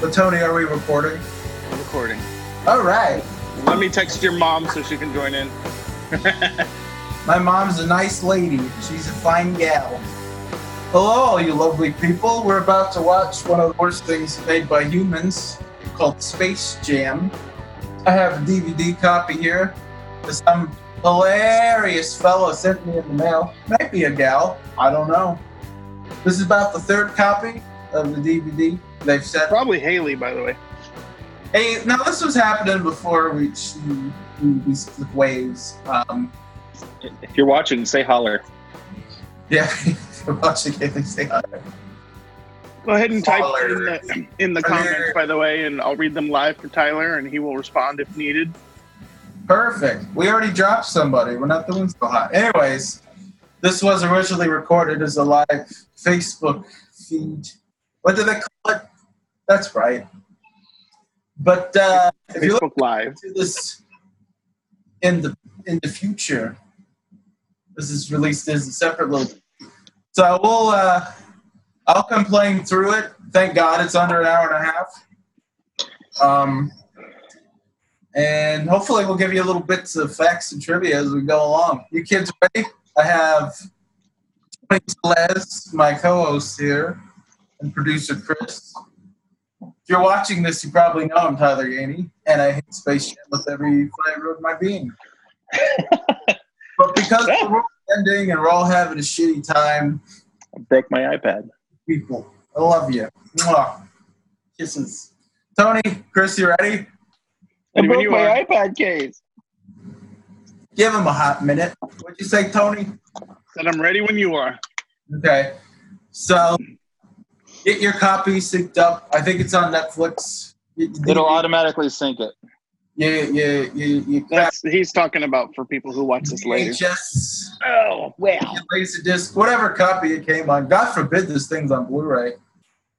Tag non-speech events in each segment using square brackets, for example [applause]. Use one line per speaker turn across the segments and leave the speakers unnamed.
But Tony, are we recording?
I'm recording.
All right.
Let me text your mom so she can join in.
My mom's a nice lady. She's a fine gal. Hello, you lovely people. We're about to watch one of the worst things made by humans called Space Jam. I have a DVD copy here that some hilarious fellow sent me in the mail. Might be a gal. I don't know. This is about the third copy of the DVD they've sent.
Probably Haley, by the way.
Hey, now this was happening before we she, we, we split ways. Um,
If you're watching, say holler.
[laughs] yeah, if you're watching [laughs] it, they say hi.
Go ahead and type
Holler.
in the, in the
Holler.
comments, by the way, and I'll read them live for Tyler, and he will respond if needed.
Perfect. We already dropped somebody. We're not doing so hot. Anyways, this was originally recorded as a live Facebook feed. What do they call it? That's right. But uh, if you look
Facebook Live.
to this in the in the future, this is released as a separate little. So I will. Uh, I'll come playing through it. Thank God it's under an hour and a half. Um, and hopefully we'll give you little bits of facts and trivia as we go along. You kids ready? I have Tony Telez, my co-host here, and producer Chris. If you're watching this, you probably know I'm Tyler Yaney, and I hate Space Jam with every fiber of my being. but because the world's ending and we're all having a shitty time,
I broke my iPad.
people. I love you. Mwah. Kisses. Tony, Chris, you ready?
I
I When
broke
you
my
are-
iPad case.
Give him a hot minute. What'd you say, Tony?
Said I'm ready when you are.
Okay. So get your copy synced up. I think it's on Netflix. You- you-
It'll automatically sync it.
you, you, you, you grab
That's he's talking about for people who watch this later.
VHS,
Oh well.
laser disc, whatever copy it came on. God forbid this thing's on Blu-ray.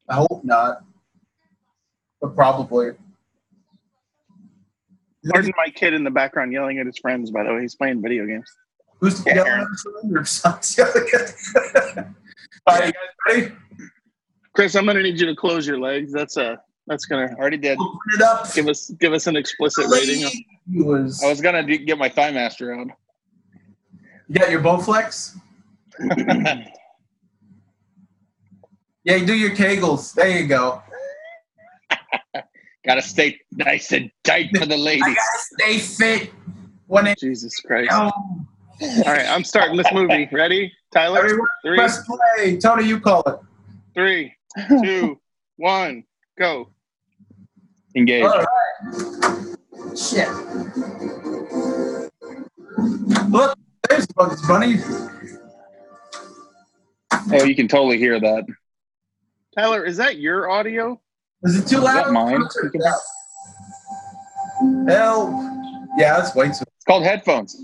I hope not, but probably.
Pardon my kid in the background yelling at his friends. By the way, he's playing video games.
Who's
Yeah.
yelling at the your [laughs] son's yelling at- All right, you guys ready?
Chris, I'm gonna need you to close your legs. That's a that's gonna already did.
Open it up.
Give us give us an explicit rating.
He was-
I was gonna do, get my Thigh Master on.
you got your Bowflex? Yeah, you do your Kegels. There you go.
Gotta stay nice and tight for the
I
ladies.
gotta stay fit when it
[laughs] Jesus Christ! All
goes.
right, I'm starting this movie. Ready, Tyler?
Everyone
Three,
press play. Tony, you call it.
three, two, one, go.
Engage.
All right. Shit. Look, there's Bugs Bunny.
Oh, you can totally hear that.
Tyler, is that your audio?
Is it too
that
loud?
mine?
I'll turn it down. Help. Yeah, that's way too
It's called headphones.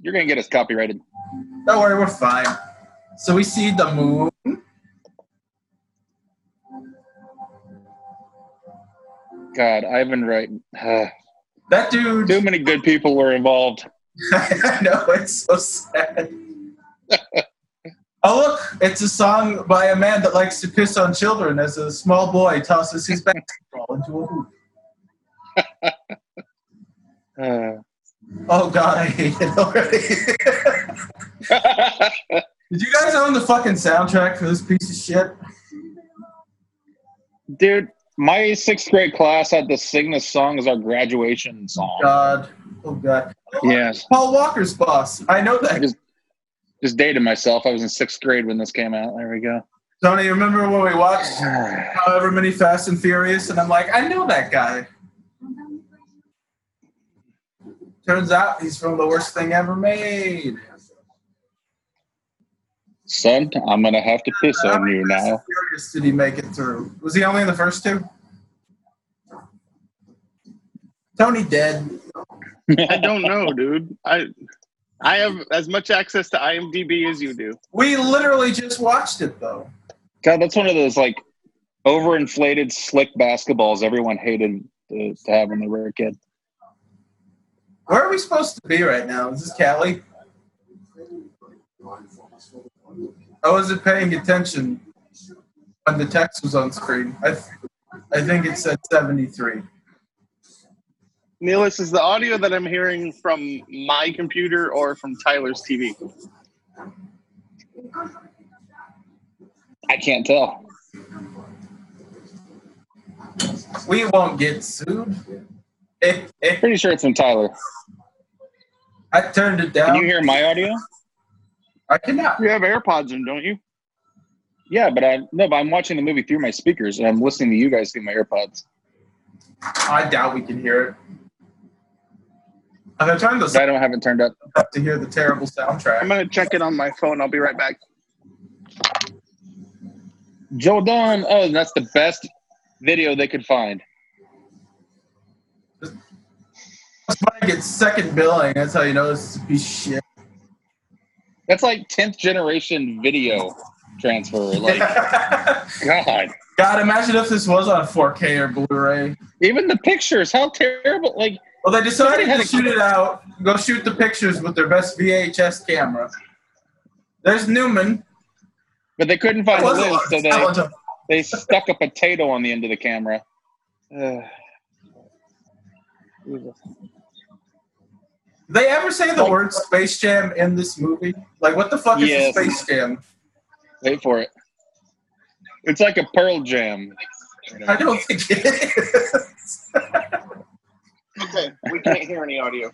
You're gonna get us copyrighted.
Don't worry, we're fine. So we see the moon.
God, Ivan [sighs] Wright. Uh,
That dude.
too many good people were involved.
[laughs]
[sighs]
I know, it's so sad. oh, look, it's a song by a man that likes to piss on children as a small boy tosses his basketball into a hoop.
Uh,
Oh, God, I hate it already. [laughs] Did you guys own the fucking soundtrack for this piece of shit?
dude, my sixth grade class had the Cygnus song as our graduation song.
God. Oh, God.
Yes.
Paul Walker's boss. I know
I
that.
just just dated myself. I was in sixth grade when this came out. There we go. [sighs]
Tony, remember when we watched however many Fast and Furious, and I'm like, I know that guy. Turns out he's from the worst thing ever made.
Son, I'm gonna have to piss
How
on
many
you
Fast and
now.
Furious did he make it through? Was he only in the first two? Tony dead.
I don't know, dude. I I have as much access to IMDb as you do.
We literally just watched it though.
God, that's one of those like overinflated slick basketballs everyone hated to, to have when they were a kid.
Where are we supposed to be right now? Is this Cali? I wasn't paying attention when the text was on screen. I, I think it said 73.
Neil, this is the audio that I'm hearing from my computer or from Tyler's TV.
I can't tell.
We won't get sued. Eh, eh.
Pretty sure it's from Tyler.
I turned it
Can you
down.
hear my audio?
I cannot.
You have AirPods in, don't you?
Yeah, but I no, but I'm watching the movie through my speakers and I'm listening to you guys through my AirPods.
I doubt we can hear it. And I turned
But
this
I don't have it turned up.
up to hear the terrible soundtrack.
I'm gonna check it on my phone. I'll be right back.
Jordan, oh, that's the best video they could find.
It's funny, it gets second billing. That's how you know this is a piece of shit.
That's like tenth generation video transfer. Like God.
[laughs] God, imagine if this was on 4K or Blu-ray.
Even the pictures, how terrible like
Well, they decided
Somebody had
to
a-
shoot it out. Go shoot the pictures with their best VHS camera. There's Newman.
but they couldn't find the
That was a
list,
lot
so
of
they,
talent.
they stuck a potato on the end of the camera. Ugh.
Did they ever say the word Space Jam in this movie? Like, what the fuck is
Yes.
a Space Jam?
Wait for it. It's like a Pearl Jam.
I don't think it is. [laughs]
Okay, we can't hear any audio.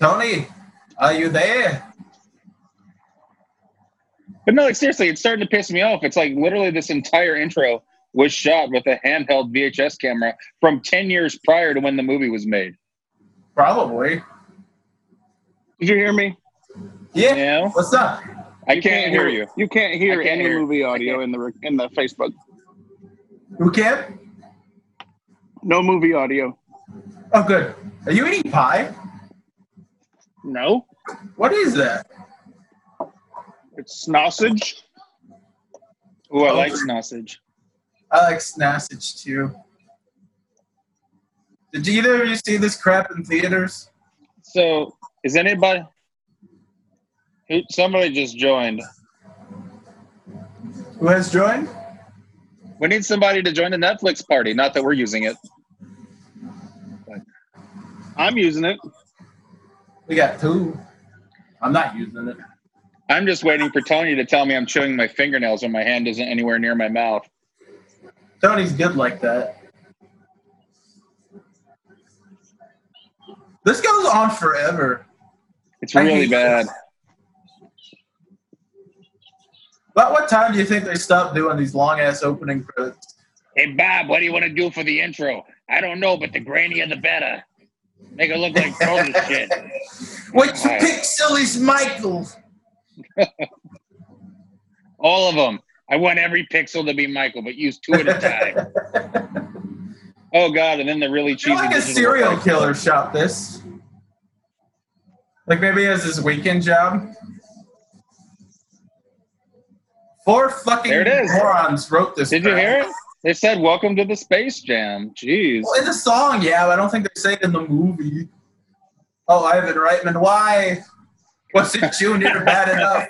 Tony, are you there?
But no, like seriously, it's starting to piss me off. It's like literally this entire intro was shot with a handheld VHS camera from 10 years prior to when the movie was made.
Probably.
Did you hear me?
Yeah.
No,
What's up?
I can't hear you.
You can't hear
I can't
any
hear.
movie
I
audio in the rec- in the Facebook.
Who can't?
No movie audio.
Oh, good. Are you eating pie?
No,
What is that?
it's sausage.
Ooh, I like sausage.
I like Snassage too. Did either of you see this crap in theaters?
So, is anybody? who- Somebody just joined.
Who has joined?
We need somebody to join the Netflix party. Not that we're using it.
I'm using it.
We got two. I'm not using it.
I'm just waiting for Tony to tell me I'm chewing my fingernails when my hand isn't anywhere near my mouth.
Tony's good like that. This goes on forever.
It's
I
really
hate
bad.
About what time do you think they stop doing these long ass opening credits?
Hey, Bob, what do you want to do for the intro? I don't know, but the grainier the better. Make it look like
[laughs]
total shit.
Which
Alright.
pixel is Michael?
All of them. I want every pixel to be Michael, but use two at a time.
[laughs]
oh God! And then the really
I feel
cheesy.
like a
digital
serial
effects.
killer shot this. Like maybe he has his weekend job. Four fucking
There it is.
morons wrote this.
Did you
crap.
hear it? They said, "Welcome to the Space Jam." Jeez.
Well, in the song, yeah, but I don't think they say it in the movie. Oh, Ivan Reitman, why wasn't Junior bad enough?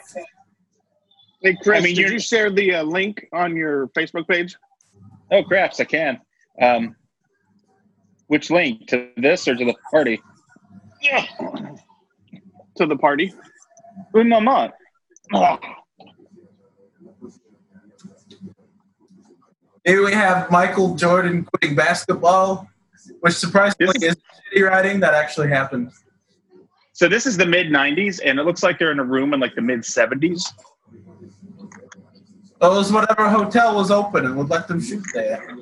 Hey Chris,
I mean,
did
you're-
you share the uh, link on your Facebook page?
Oh craps! I can. Um, which link to this or to the party?
Yeah. to the party.
Uno not.
Maybe we have Michael Jordan quitting basketball, which surprisingly is shitty writing that actually happened.
So this is the mid '90s, and it looks like they're in a room in like the mid '70s.
Those whatever hotel was open and would let them shoot there.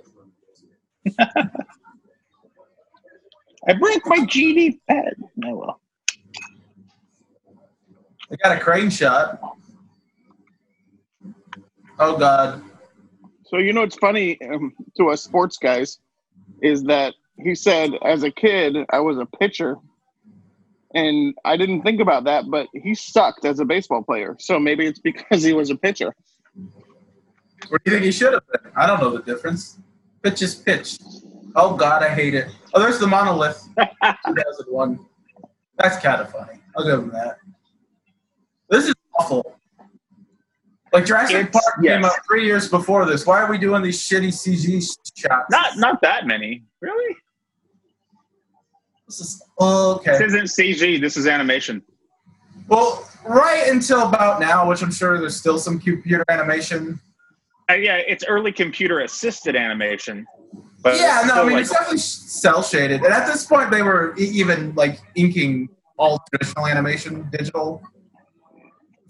I broke my GD pad. Oh well.
They got a crane shot. Oh God!
So you know what's funny um, to us sports guys is that he said as a kid I was a pitcher, and I didn't think about that, but he sucked as a baseball player. So maybe it's because he was a pitcher.
Where do you think he should have been? I don't know the difference. Pitch is pitch. Oh God, I hate it. Oh, there's the
[laughs]
monolith. 2001. That's kind of funny. I'll give him that. This is awful. Like Jurassic
It's-
Park came
yes.
out three years before this. Why are we doing these shitty CG shots?
Not not that many, really.
This is, oh, okay.
This isn't CG. This is animation.
Well, right until about now, which I'm sure there's still some computer animation.
Uh, yeah, it's early computer assisted animation. But
yeah,
it's
no, I
still,
mean
like,
it's definitely cell shaded, and at this point they were e- even like inking all traditional animation digital.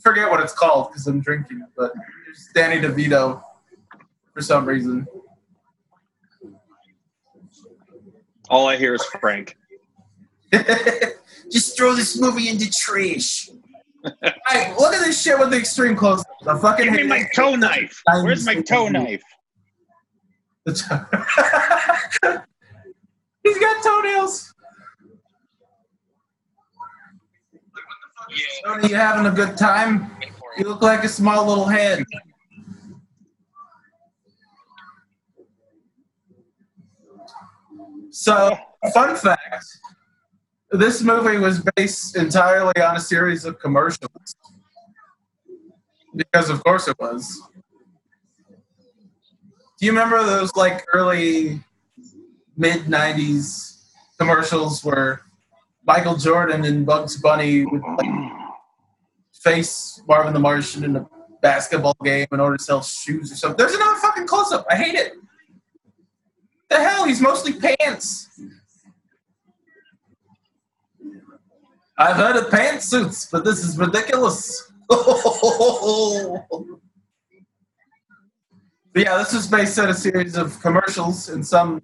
Forget what it's called because I'm drinking it, but it's Danny DeVito for some reason. [laughs]
all I hear is Frank.
Just throw this movie into
[laughs]
trash. Hey, look at this shit with the extreme close. I fucking
Give me
hate
my
it.
toe knife. Where's my toe knife?
He's [laughs] got toenails. Tony, you having a good time? You look like a small little head. So, fun fact this movie was based entirely on a series of commercials. Because, of course, it was. Do you remember those like early mid '90s commercials where Michael Jordan and Bugs Bunny would like, face Marvin the Martian in a basketball game in order to sell shoes or something? There's another fucking close-up. I hate it. The hell, he's mostly pants. I've heard of pantsuits, but this is ridiculous. [laughs] But yeah, this was based on a series of commercials, and some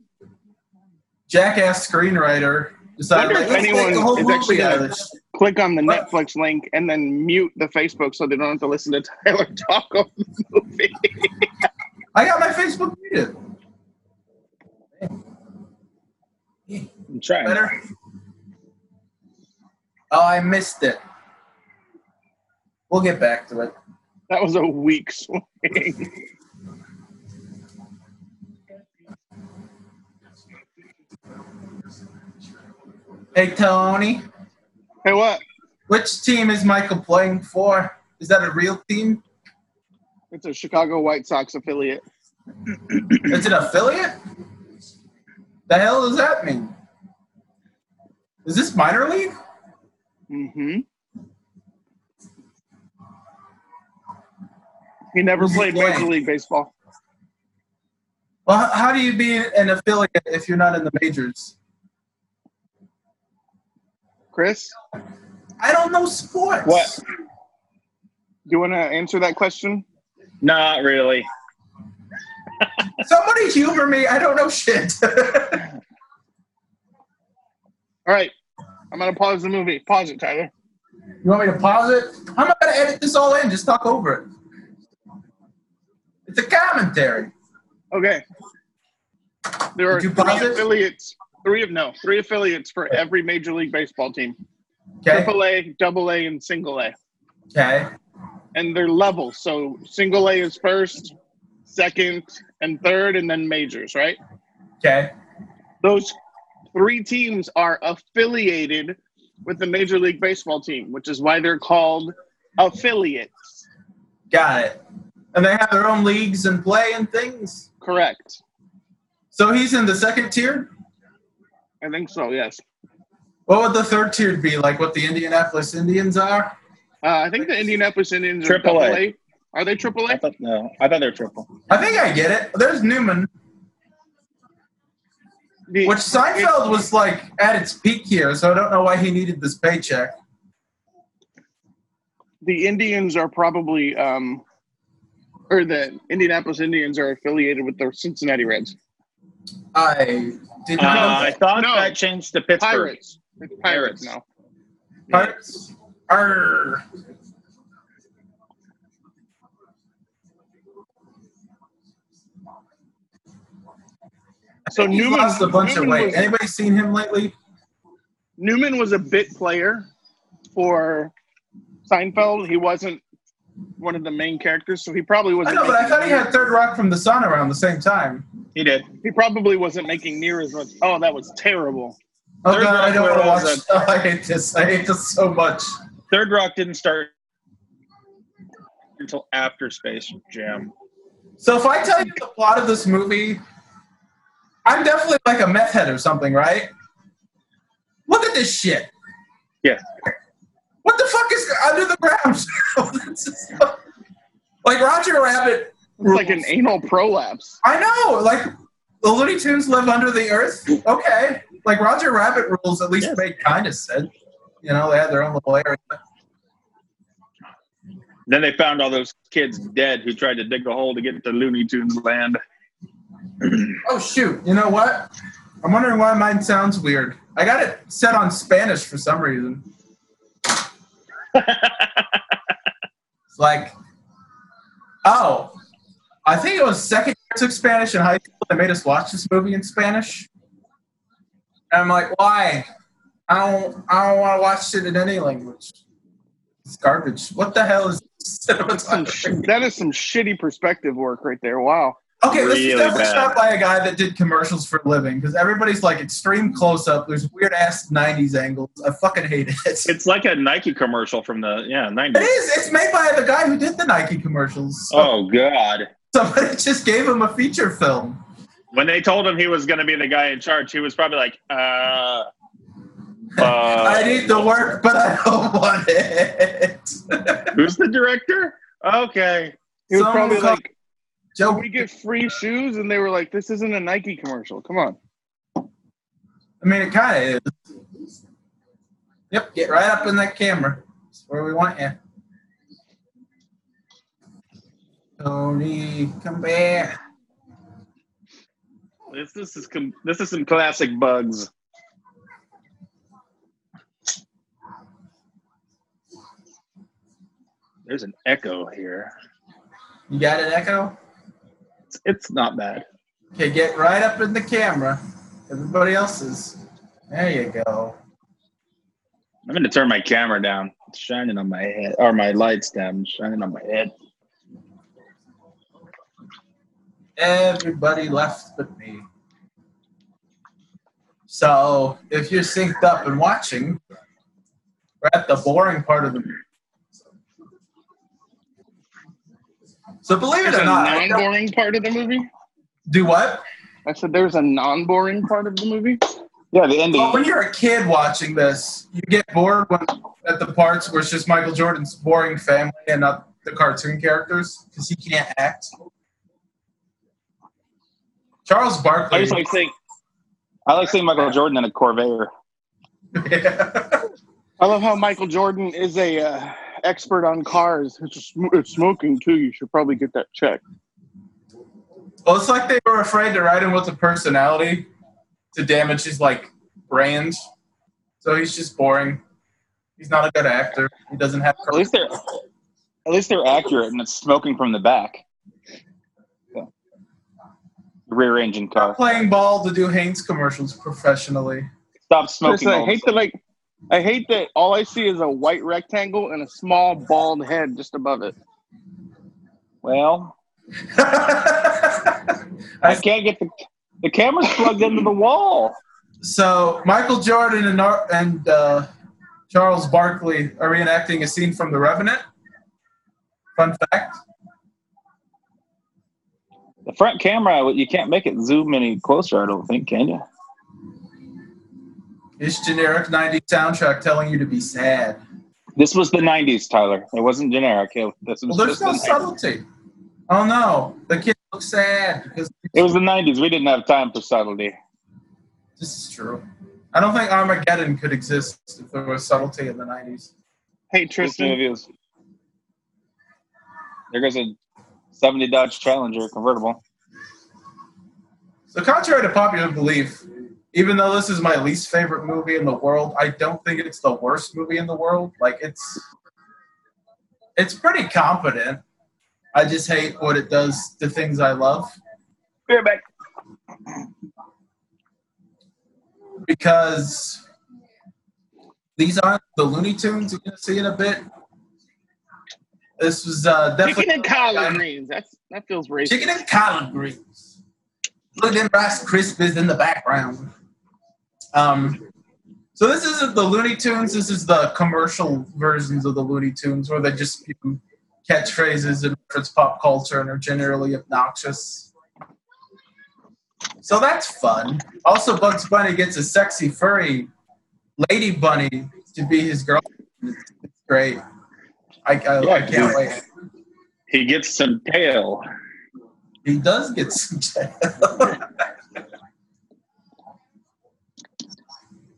jackass screenwriter decided
Wonder
like,
if
let's
anyone
make a whole
is
movie
actually
out of
a-
this.
Click on the
What?
Netflix link and then mute the Facebook so they don't have to listen to [laughs] Tyler talk on the movie.
I got my Facebook muted.
I'm trying.
Better. Oh, I missed it. We'll get back to it.
That was a weak swing.
Hey, Tony,
Hey, what?
which team is Michael playing for? Is that a real team?
It's a Chicago White Sox affiliate.
It's an affiliate? The hell does that mean? Is this minor league?
Mm-hmm. He never
Who's he
played
playing?
Major League Baseball.
Well, h- how do you be an affiliate if you're not in the majors?
Chris,
I don't know sports.
What?
do you want to answer that question?
Not really.
Somebody humor me. I don't know shit. [laughs]
All right. I'm going to pause the movie. Pause it, Tyler.
you want me to pause it? I'm not going to edit this all in. Just talk over it. It's a commentary.
Okay. There are
Did you
three
pause it?
affiliates. Three of no, three affiliates for every Major League Baseball team.
Okay.
Triple A, Double A, and Single A,
Okay.
and they're level. So Single A is first, second, and third, and then majors. Right?
Okay.
Those three teams are affiliated with the Major League Baseball team, which is why they're called affiliates.
Got it. And they have their own leagues and play and things.
Correct.
So he's in the second tier.
I think so. Yes.
What would the third tier be? Like what the Indianapolis Indians are?
Uh, I think the Indianapolis Indians are
Triple
Triple
A.
A. Are they Triple
I
A?
thought no. I thought they were triple.
I think I get it. There's Newman.
The-
Which Seinfeld was like at its peak here, so I don't know why he needed this paycheck.
the Indians are probably, um, or the Indianapolis Indians are affiliated with the Cincinnati Reds.
I did
Uh,
not
I
know.
thought
No.
that changed to Pittsburgh.
Pirates. It's Pirates
Pirates.
now.
Pirates? Arr.
So
He's
Newman,
lost a bunch
Newman,
of weight.
Was,
Anybody seen him lately?
Newman was a bit player for Seinfeld. He wasn't one of the main characters, so he probably
I
wasn't.
know, but I
making
thought he
near-
had Third Rock from the Sun around the same time.
He did.
He probably wasn't making near as much. Oh, that was terrible.
Oh
Third
god, I
Rock
don't want to watch.
was
[laughs]
a-
Oh, I hate this. I hate this so much.
Third Rock didn't start until after Space Jam.
So if I tell you the plot of this movie, I'm definitely like a meth head or something, right? Look at this shit.
Yeah.
What the fuck is under the ground? [laughs] This is- like Roger Rabbit.
It's like an anal prolapse.
I know. Like the Looney Tunes live under the earth. Okay. Like Roger Rabbit rules at least
Yes.
made kind of sense. You know, they had their own little area.
Then they found all those kids dead who tried to dig a hole to get to Looney Tunes land.
Oh shoot! You know what? I'm wondering why mine sounds weird. I got it set on Spanish for some
[laughs]
reason. it's like, oh, I think it was second year I took Spanish in high school. They made us watch this movie in Spanish, and I'm like, why? I don't, I don't want to watch it in any language. It's garbage. What the hell is [laughs]
Some sh-
cinematography?
that is some shitty perspective work right there. Wow.
Okay, this is
Really
definitely
bad.
shot by a guy that did commercials for a living because everybody's like extreme close up. There's weird ass 90s angles. I fucking hate it. It
It's like a Nike commercial from the yeah nineties.
is. It's made by the guy who did the Nike commercials. So
Oh God!
Somebody just gave him a feature film.
When they told him he was going to be the guy in charge, he was probably like, uh, uh
I need the work, but I don't want it. [laughs]
who's the director? Okay,
He was
Someone
probably
call-
like,
Joe,
we get free shoes, and they were like, this isn't a Nike commercial. Come on.
I mean, it kind of is. Yep, get right up in that camera. That's where we want you. Tony, come back.
this this is com- this is some classic bugs. There's an echo here.
You got an echo?
It's, it's not bad.
Okay, get right up in the camera. Everybody else's. There you go.
I'm going to turn my camera down. It's shining on my head, or my lights down, shining on my head.
Everybody left but me. So if you're synced up and watching, we're at the boring part of the movie. So believe it
There's
or
a
not, I
non
don't-
boring part of the movie.
do what?
I said there's a non boring part of the movie.
Yeah, the ending.
Well, when you're a kid watching this, you get bored when, at the parts where it's just Michael Jordan's boring family and not the cartoon characters because he can't act. Charles
I
Barkley.
just like seeing. I like seeing Michael Jordan in a Corvair.
I love how Michael Jordan is a uh, expert on cars. It's, a sm- it's smoking too. You should probably get that checked.
[laughs] well, it's like they were afraid to write him with a personality to damage his like brand. So he's just boring. He's not a good actor. He doesn't have.
At least they're at least they're accurate and it's smoking from the back. So. Rear engine car.
playing ball to do Haynes commercials professionally. [laughs]
Stop
Listen,
smoking.
I
all
hate that. Like, I hate that. All I see is a white rectangle and a small bald head just above it.
well, I
I
can't get the the camera's plugged into the wall.
So Michael Jordan and Ar- and uh, Charles Barkley are reenacting a scene from The Revenant. Fun fact.
The front camera, you can't make it zoom any closer. I don't think, can you?
It's generic 90s soundtrack telling you to be sad.
This was the '90s, Tyler. It wasn't generic. It, this was
Well, there's
just
no
the 90s.
subtlety. Oh no, the kid looks sad because
It was the '90s. We didn't have time for subtlety.
this is true. I don't think Armageddon could exist if there was subtlety in the 90s.
Hey
This
Tristan,
movie was. There goes a '70 Dodge Challenger convertible.
So, contrary to popular belief, even though this is my least favorite movie in the world, I don't think it's the worst movie in the world. Like it's it's pretty competent. I just hate what it does to things I love
Be right back.
because these aren't the Looney Tunes you're gonna see in a bit. This was uh, definitely
chicken and collard greens. That's that feels racist.
Chicken and collard greens. Look at them Rice Krispies in the background. Um, so this isn't the Looney Tunes. This is the commercial versions of the Looney Tunes where they just spew catchphrases and reference pop culture and are generally obnoxious. So that's fun. Also, Bugs Bunny gets a sexy furry lady bunny to be his girlfriend. It's it's great. I, I, I can't wait.
He gets some tail.
He does get some [laughs]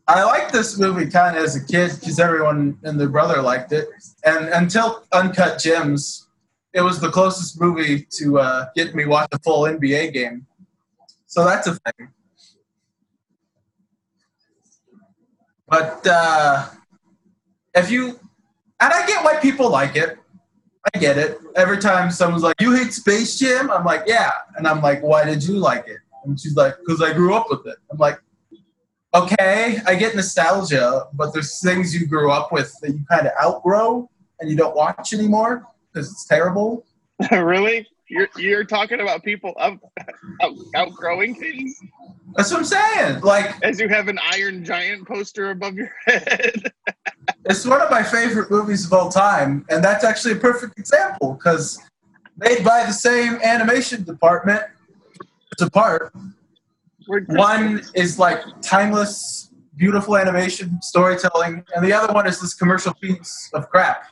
I liked this movie kind of as a kid because everyone and their brother liked it, and until Uncut Gems, it was the closest movie to uh, get me watch a full NBA game. So that's a thing. But uh, if you, and I get why people like it. I get it. Every time someone's like, "You hate Space Jam," I'm like, "Yeah," and I'm like, "Why did you like it?" And she's like, "Cause I grew up with it." I'm like, "Okay, I get nostalgia, but there's things you grew up with that you kind of outgrow and you don't watch anymore because it's terrible."
[laughs] really? You're you're talking about people up, out, outgrowing things
That's what I'm saying. Like,
as you have an Iron Giant poster above your [laughs] head.
it's one of my favorite movies of all time, and that's actually a perfect example because made by the same animation department. It's apart,
We're-
one is like timeless, beautiful animation storytelling, and the other one is this commercial piece of crap.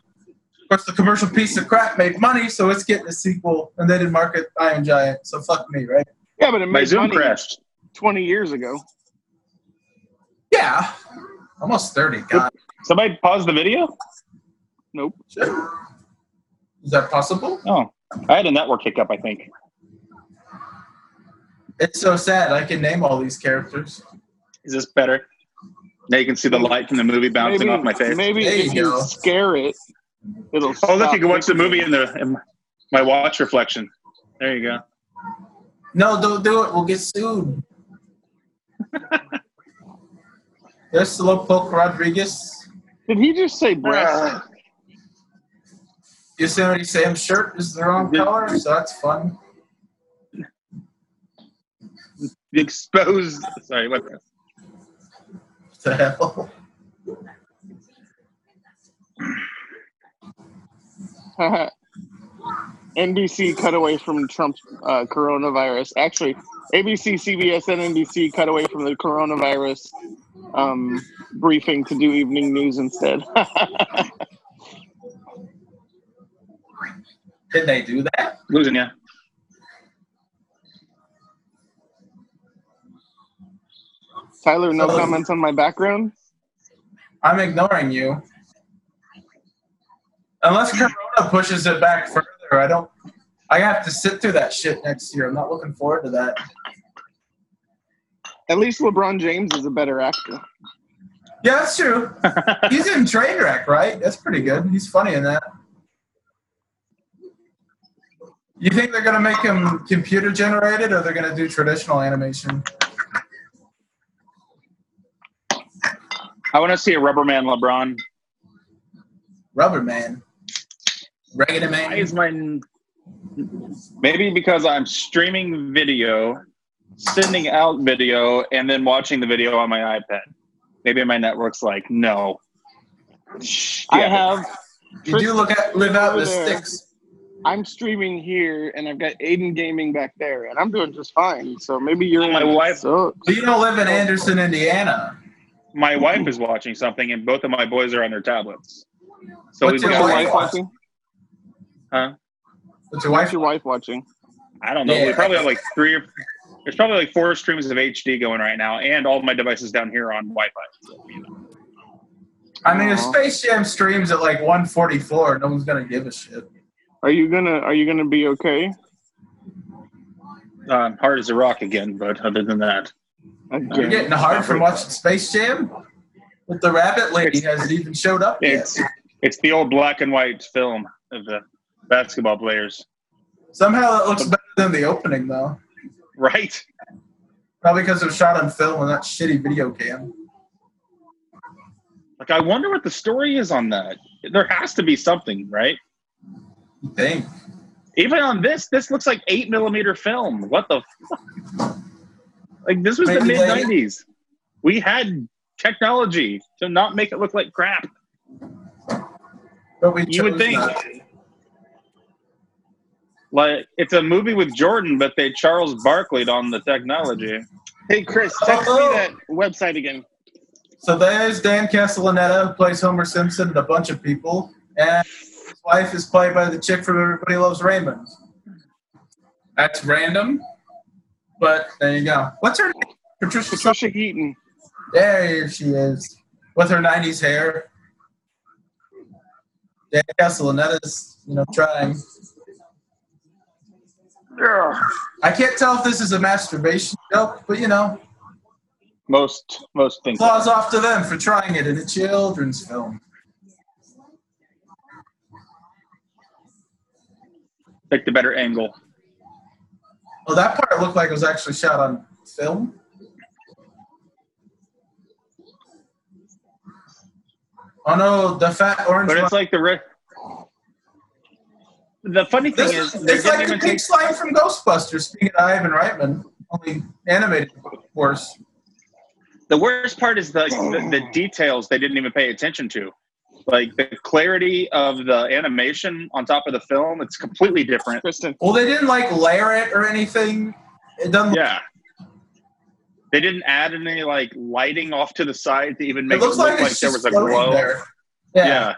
Of course, the commercial piece of crap made money, so it's getting a sequel, and they didn't market Iron Giant, so fuck me, right?
Yeah, but it
My
made
Zoom
money
crashed.
20 years ago.
Yeah, almost 30, God.
Somebody pause the video?
Nope.
Shit. Is that possible?
Oh, I had a network hiccup, I think.
It's so sad. I can name all these characters.
Is this better?
Now you can see the light from the movie bouncing
maybe
off my face.
maybe
There
if
you
you
go.
scare it, it'll
Oh, look,
stop
you can watch the
kicking.
movie in the in my watch reflection. There you go.
No, don't do it. We'll get sued. There's Slowpoke Rodriguez.
Did he just say breast?
Uh,
Yosemite Sam's shirt is the wrong
Yeah.
color, so that's fun. [laughs]
exposed. Sorry, what?
What the hell? Ah.
[laughs] NBC cut away from Trump's uh, coronavirus. Actually, ABC, CBS, and NBC cut away from the coronavirus um, briefing to do evening news instead. [laughs]
Did they do that?
Losing yeah.
Tyler, no
So-
comments on my background.
I'm ignoring you. Unless Corona pushes it back further, I don't. I have to sit through that shit next year. I'm not looking forward to that.
At least LeBron James is a better actor.
Yeah, that's
[laughs]
true. He's in Trainwreck, right? That's pretty good. He's funny in that. You think they're gonna make him computer generated, or they're gonna do traditional animation?
I want to see a Rubberman LeBron.
Rubber Man, Raggedy
Why is
Man.
my maybe because I'm streaming video, sending out video, and then watching the video on my iPad. Maybe my network's like, no. Shh,
I
yeah.
have.
You do look at live out in the
Over there.
sticks.
I'm streaming here, and I've got Aiden Gaming back there, and I'm doing just fine. So maybe you're
My wife-
So,
So you don't live in Anderson, Indiana.
my wife is watching something, and both of my boys are on their tablets. So
What's
we've
your
your
got,
wife?
wife watching?
What's your
What's
wife?
your wife watching?
I don't know,
Yeah.
we probably have like three or there's probably like four streams of HD going right now, and all my devices down here are on Wi Fi.
I mean, if
Aw.
Space Jam streams at like 144, no one's gonna give a shit.
Are you gonna Are you gonna be okay?
Um, hard as a rock again, but other than that,
You're
Again.
getting hard from watching Space Jam. But the rabbit lady hasn't even showed up yet.
it's it's the old black and white film of the basketball players, [laughs]
Somehow it looks better than the opening though.
right?
Probably because it was shot on film and that shitty video cam.
Like, I wonder what the story is on that. There has to be something, right?
You think?
Even on this, this looks like eight millimeter film. What the fuck? Like this was the
Maybe
mid
they-
nineties. We had technology to not make it look like crap.
But we
You would
chose
think.
not.
Like it's a movie with Jordan, but they Charles Barkley on the technology.
Hey, Chris, text
Hello?
me that website again.
So there's Dan Castellaneta, who plays Homer Simpson and a bunch of people. And his wife is played by the chick from Everybody Loves Raymond. That's random, but there you go. What's her name? Patricia. Something.
Patricia Heaton.
There she is, with her 90s hair. Dan Castellaneta's, you know, trying. I can't tell if this is a masturbation joke, but you know,
Most most things.
applause off to them for trying it in a children's film.
Pick the better angle.
Well, that part looked like it was actually shot on film. Oh no, the fat orange
But
one.
it's like the re- the funny thing
This
is,
is,
they
it's
didn't
like the
even
pink
take-
slime from Ghostbusters, speaking of Ivan Reitman, only animated worse.
the worst part is the, the the details they didn't even pay attention to, like the clarity of the animation on top of the film. It's completely different.
Kristen.
Well, they didn't like layer it or anything. It doesn't.
Yeah. They didn't add any like lighting off to the side to even
look,
make
it looks
it look
like,
like,
it's
there
just
was a
floating
glow.
There.
Yeah.
Yeah.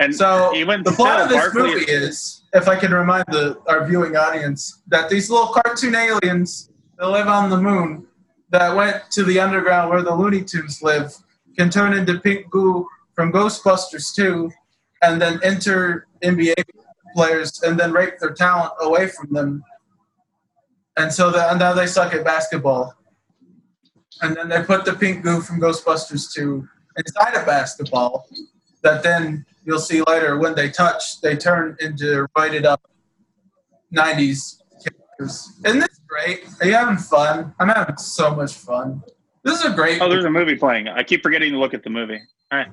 And
So
even
the plot
still,
of this
Barkley
movie is, if I can remind the our viewing audience, that these little cartoon aliens that live on the moon that went to the underground where the Looney Tunes live can turn into pink goo from Ghostbusters 2 and then enter NBA players and then rape their talent away from them. And so that, and now they suck at basketball. And then they put the pink goo from Ghostbusters 2 inside a basketball that then you'll see later when they touch, they turn into roided up 90s characters. Isn't this great? Are you having fun? I'm having so much fun. This is a great.
Oh, there's a movie playing. I keep forgetting to look at the movie. All right.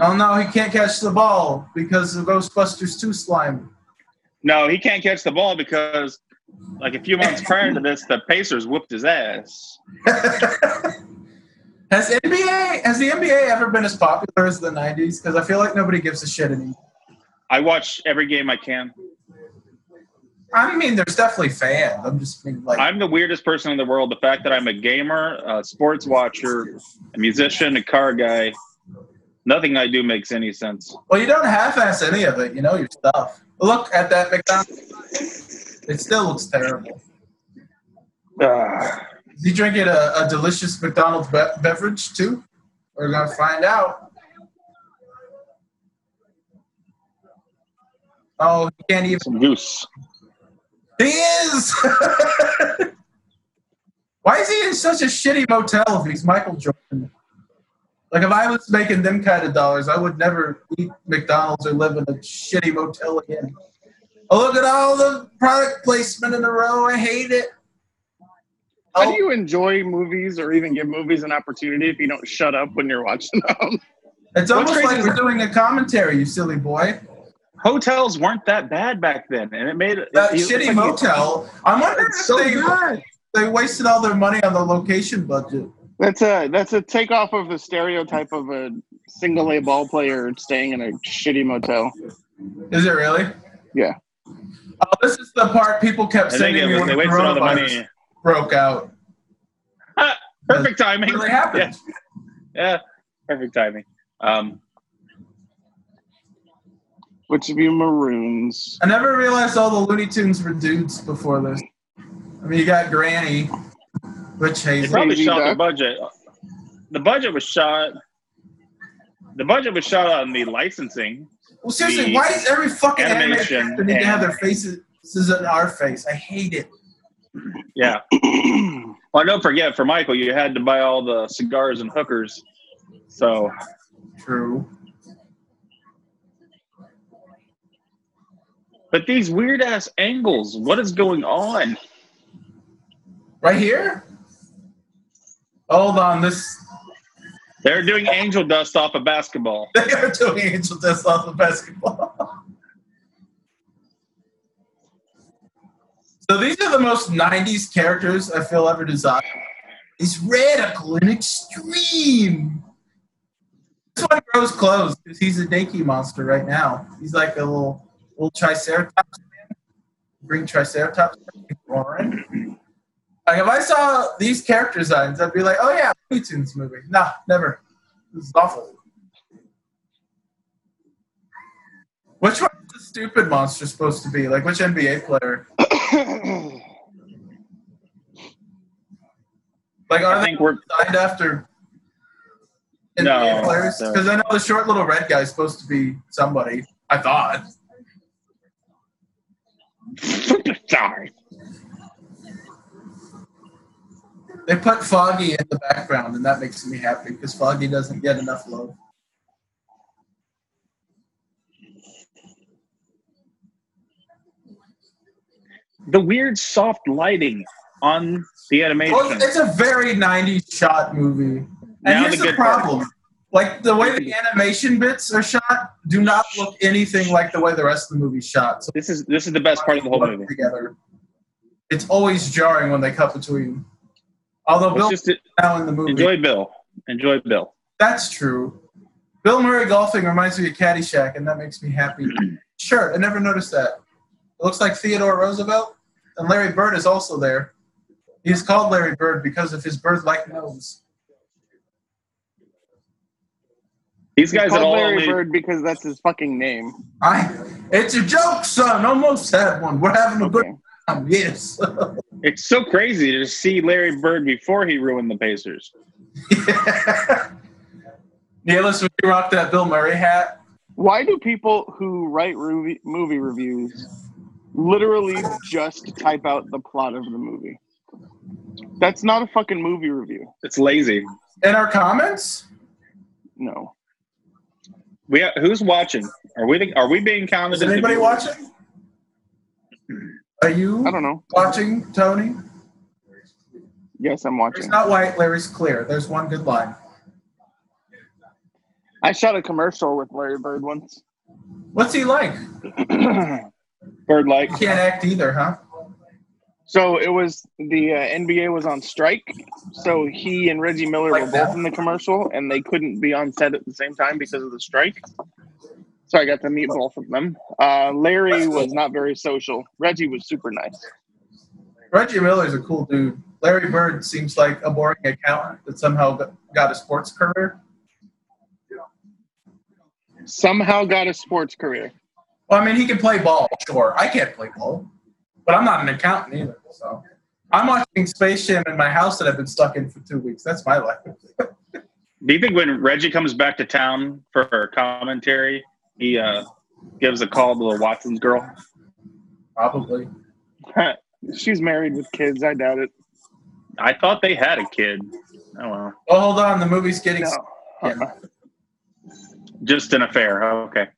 oh no, he can't catch the ball because of Ghostbusters 2 slime.
No, he can't catch the ball because, like, a few months prior to this, the Pacers whooped his ass.
[laughs] Has NBA has the NBA ever been as popular as the 90s? Because I feel like nobody gives a shit anymore.
I watch every game I can.
I mean, there's definitely fans. I'm just being like,
I'm the weirdest person in the world. The fact that I'm a gamer, a sports watcher, a musician, a car guy, nothing I do makes any sense.
well, you don't half-ass any of it. You know your stuff. Look at that McDonald's. It still looks terrible.
Ah.
Is he drinking a, a delicious McDonald's be- beverage too? We're gonna find out. Oh, he can't even.
some goose.
He is. [laughs] Why is he in such a shitty motel if he's Michael Jordan? Like if I was making them kind of dollars, I would never eat McDonald's or live in a shitty motel again. Oh, look at all the product placement in a row. I hate it. Oh,
How do you enjoy movies or even give movies an opportunity if you don't shut up when you're watching them? [laughs]
It's
What's
almost
crazy
like
is-
we're doing a commentary, you silly boy.
Hotels weren't that bad back then, and it made
That
it-
shitty
it-
motel. I'm wondering if
It's so
they,
bad.
they wasted all their money on the location budget.
That's a that's a takeoff of the stereotype of a single A ball player staying in a shitty motel.
Is it really?
Yeah.
Oh, this is the part people kept
I think
sending
it
me
was,
when
they
the
wasted all the
coronavirus
money.
broke out.
Perfect timing.
It really happened.
Yeah, yeah, perfect timing. Um,
Which would be maroons.
I never realized all the Looney Tunes were dudes before this. I mean, you got Granny, Rich
it
Hazel.
probably
Lazy
shot the
duck.
budget. The budget was shot. The budget was shot on the licensing.
Well, seriously, why does every fucking animated
Animation
character need to have
and-
their faces in our face? I hate it. [clears throat]
Yeah. Well, don't forget for Michael, you had to buy all the cigars and hookers. So
True.
But these weird ass angles, what is going on?
Right here? Hold on, this
They're doing angel dust off a basketball.
[laughs] They are doing angel dust off the basketball. [laughs] so these are the most 90s characters I feel ever designed. He's radical and extreme. This one grows clothes because he's a dinky monster right now. He's like a little We'll Triceratops in. Bring Triceratops in. Warren. Like if I saw these character designs, I'd be like, oh yeah, Looney Tunes movie. Nah, never. This is awful. Which one is the stupid monster supposed to be? Like which NBA player? Like are
I
they
think we're [laughs]
designed after NBA
No,
players?
they're-
Because I know the short little red guy is supposed to be somebody. I thought.
sorry.
They put Foggy in the background, and that makes me happy because Foggy doesn't get enough love.
The weird soft lighting on the animation.
Well, it's a very 90s shot movie. And
Now
here's
the
the,
good part.
problem. Like, the way the animation bits are shot do not look anything like the way the rest of the movie's shot. So
This is this is the best part of the whole movie.
Together. It's always jarring when they cut between. Although
Let's
Bill
just
now in the movie.
enjoy Bill. Enjoy Bill.
That's true. Bill Murray golfing reminds me of Caddyshack, and that makes me
[clears throat]
happy. sure, I never noticed that. It looks like Theodore Roosevelt, and Larry Bird is also there. He's called Larry Bird because of his bird-like nose.
These guys
Called
at all
Larry
only-
Bird because that's his fucking name.
I, it's a joke, son. Almost had one. We're having a good
Okay.
time. Yes. [laughs]
It's so crazy to see Larry Bird before he ruined the Pacers.
Nicholas, would you rock that Bill Murray hat?
Why do people who write movie, movie reviews literally just type out the plot of the movie? That's not a fucking movie review.
It's lazy.
In our comments?
No.
We who's watching? Are we the, are we being counted?
Is
as the
anybody
viewers?
watching? Are
I
you
don't know.
watching, Tony?
Yes, I'm
Larry's
watching.
not white, Larry's clear. There's one good line.
I shot a commercial with Larry Bird once.
What's he like?
[clears throat]
Bird like
He can't act either, huh?
So it was the uh, NBA was on strike, so he and Reggie Miller
Like
were
that?
both in the commercial, and they couldn't be on set at the same time because of the strike. So I got to meet both of them. Uh, Larry was not very social. Reggie was super nice.
Reggie Miller's a cool dude. Larry Bird seems like a boring accountant that somehow got- got a sports career.
Somehow got a sports career.
Well, I mean, he can play ball, sure. I can't play ball, but I'm not an accountant either. So I'm watching Space Jam in my house that I've been stuck in for two weeks. That's my life.
Do you think when Reggie comes back to town for commentary, he uh, gives a call to the Watson's girl?
Probably.
She's married with kids. I doubt it.
I thought they had a kid. Oh well,
Oh, hold on. The movie's getting.
No. Uh-uh.
Yeah.
just an affair. Oh, Okay,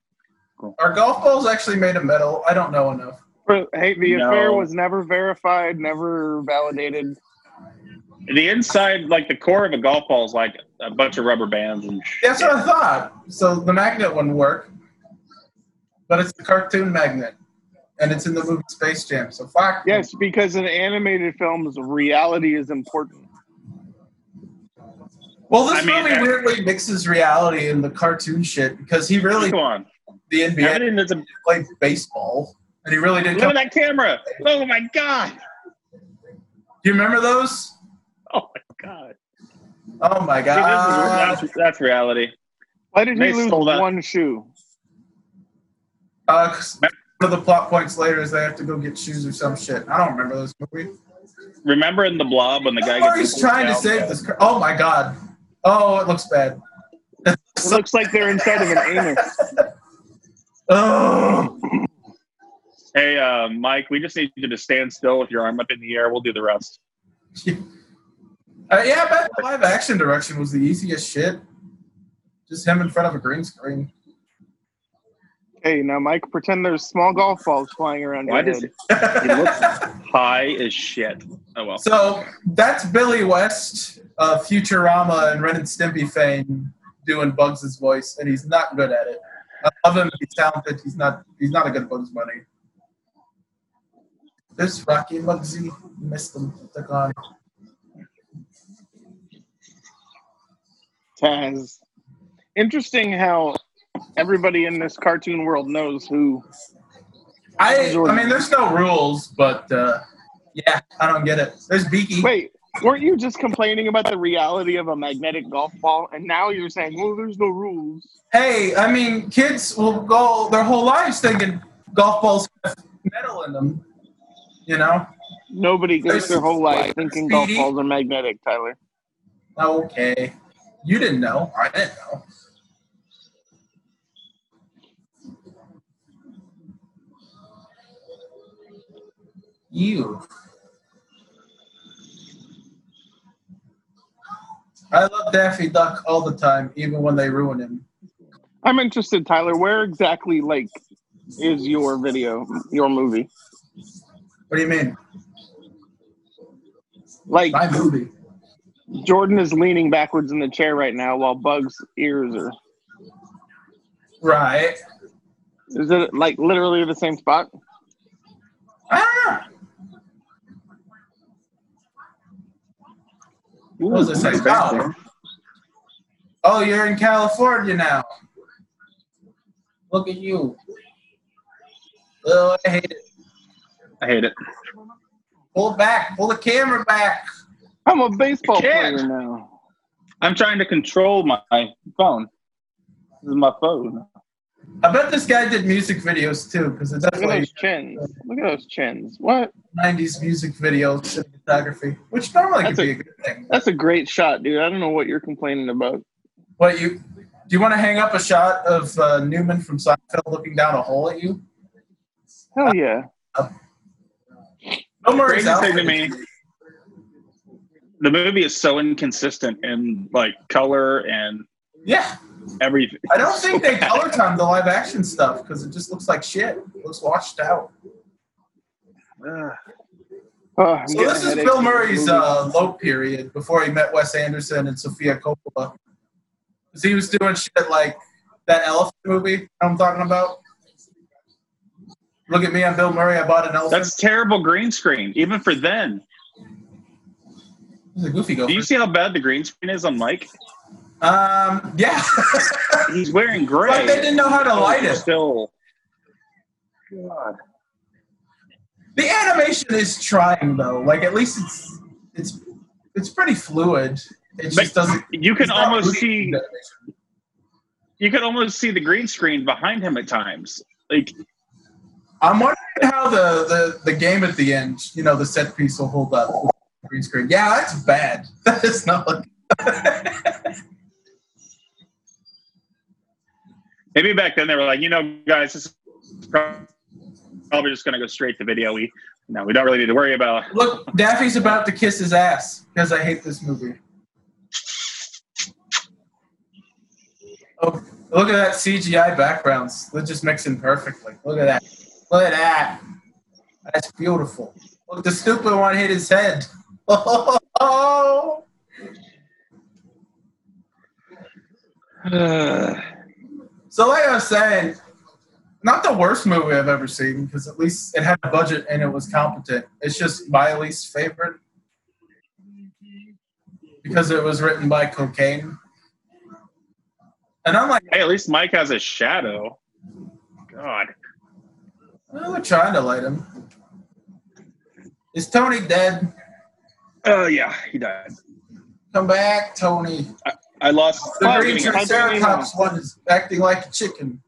Are golf balls actually made of metal? I don't know enough.
But, Hey, the
No.
affair was never verified, never validated.
the inside, like the core of a golf ball, is like a bunch of rubber bands and. Shit.
That's what I thought. So the magnet wouldn't work, but it's the cartoon magnet, and it's in the movie Space Jam. So fuck.
Yes, because in animated films, reality is important.
Well, this
I mean,
movie
uh,
weirdly mixes reality and the cartoon shit because he really
Go on.
the NBA
Everything that's a,
played baseball, and he really did.
look at
Come,
that camera. Oh my god.
do you remember those?
Oh my god.
Oh my
See, this is-
god!
that's, that's reality.
Why did
They
he lose
sold out.
one shoe?
Uh, 'cause one of the plot points later is they have to go get shoes or some shit. I don't remember those movies.
Remember in the blob when the guy gets
He's trying to save this. Car- oh my god! Oh, it looks bad.
It looks like they're inside of an
[laughs]
anus.
Oh.
Hey, uh, Mike, we just need you to stand still with your arm up in the air. We'll do the rest.
Uh, yeah, I bet the live action direction was the easiest shit. Just him in front of a green screen.
Hey, now Mike, pretend there's small golf balls flying around
Why
your
does
head.
he
[laughs]
looks high as shit? Oh well.
so that's Billy West of Futurama and Ren and Stimpy fame doing Bugs' voice, and he's not good at it. I love him. He's talented. He's not. He's not a good Bugs Bunny. There's Rocky and Bugsy. You Missed them. They're gone.
Taz. Interesting how everybody in this cartoon world knows who
I I mean, there's no rules, but uh, yeah, I don't get it. There's Beaky.
Wait, weren't you just complaining about the reality of a magnetic golf ball, and now you're saying, "Well, there's no rules."
Hey, I mean, kids will go their whole lives thinking golf balls have metal in them. You know?
Nobody goes
There's-
their whole life thinking golf
Speedy.
balls are magnetic, Tyler.
Okay. You didn't know. I didn't know. You. I love Daffy Duck all the time, even when they ruin him.
I'm interested, Tyler. Where exactly, like, is your video, your movie?
What do you mean?
Like,
My movie.
Jordan is leaning backwards in the chair right now while Bug's ears are.
Right.
Is it like literally the same spot?
Ah! What was this about? Oh, you're in California now. Look at you. Oh, I hate it.
I hate it.
Pull it back. Pull the camera back.
I'm a baseball
Can't.
player now.
I'm trying to control my phone. This is my phone.
I bet this guy did music videos too, because it's
Look at
definitely
those chins. Look at those chins. What?
90s music video cinematography, which normally could
That's a-
be a good thing.
That's a great shot, dude. I don't know what you're complaining about.
What you? Do you want to hang up a shot of uh, Newman from Seinfeld looking down a hole at you?
Hell yeah.
No worries.
Crazy thing to me. The movie is so inconsistent in like color and
Yeah,
everything.
I don't think they color timed the live action stuff because it just looks like shit. It looks washed out.
Oh, I'm
So
getting
this
a
is
headache
Bill
from
Murray's
movie.
uh, low period before he met Wes Anderson and Sofia Coppola. 'Cause he was doing shit like that elephant movie I'm talking about. Look at me, I'm Bill Murray. I bought an elephant.
That's terrible green screen, even for then.
This is a goofy
Do
gopher.
you see how bad the green screen is on Mike?
Um, yeah. [laughs]
He's wearing gray.
like they didn't know how to light it.
Still,
The animation is trying though. Like at least it's it's it's pretty fluid. It just doesn't.
you
it's
can
not
almost
really
see
good.
you can almost see the green screen behind him at times. Like
I'm wondering how the, the, the game at the end, you know, the set piece will hold up. with the Green screen. Yeah, that's bad. [laughs] That is not like.
maybe back then they were like, you know, guys, this is prob- probably just gonna go straight to video. We no, we don't really need to worry about.
Look, Daffy's about to kiss his ass because I hate this movie. Oh, look at that CGI backgrounds. They're just mixing perfectly. Look at that. Look at that. That's beautiful. Look, the stupid one hit his head. [laughs] Oh, So, like I was saying, not the worst movie I've ever seen because at least it had a budget and it was competent. It's just my least favorite because it was written by cocaine. And I'm like,
Hey, at least Mike has a shadow. God,
oh, they're trying to light him. Is Tony dead?
oh yeah, he died.
Come back, Tony.
I lost.
The
Oh,
green
yeah.
Triceratops one is acting like a chicken.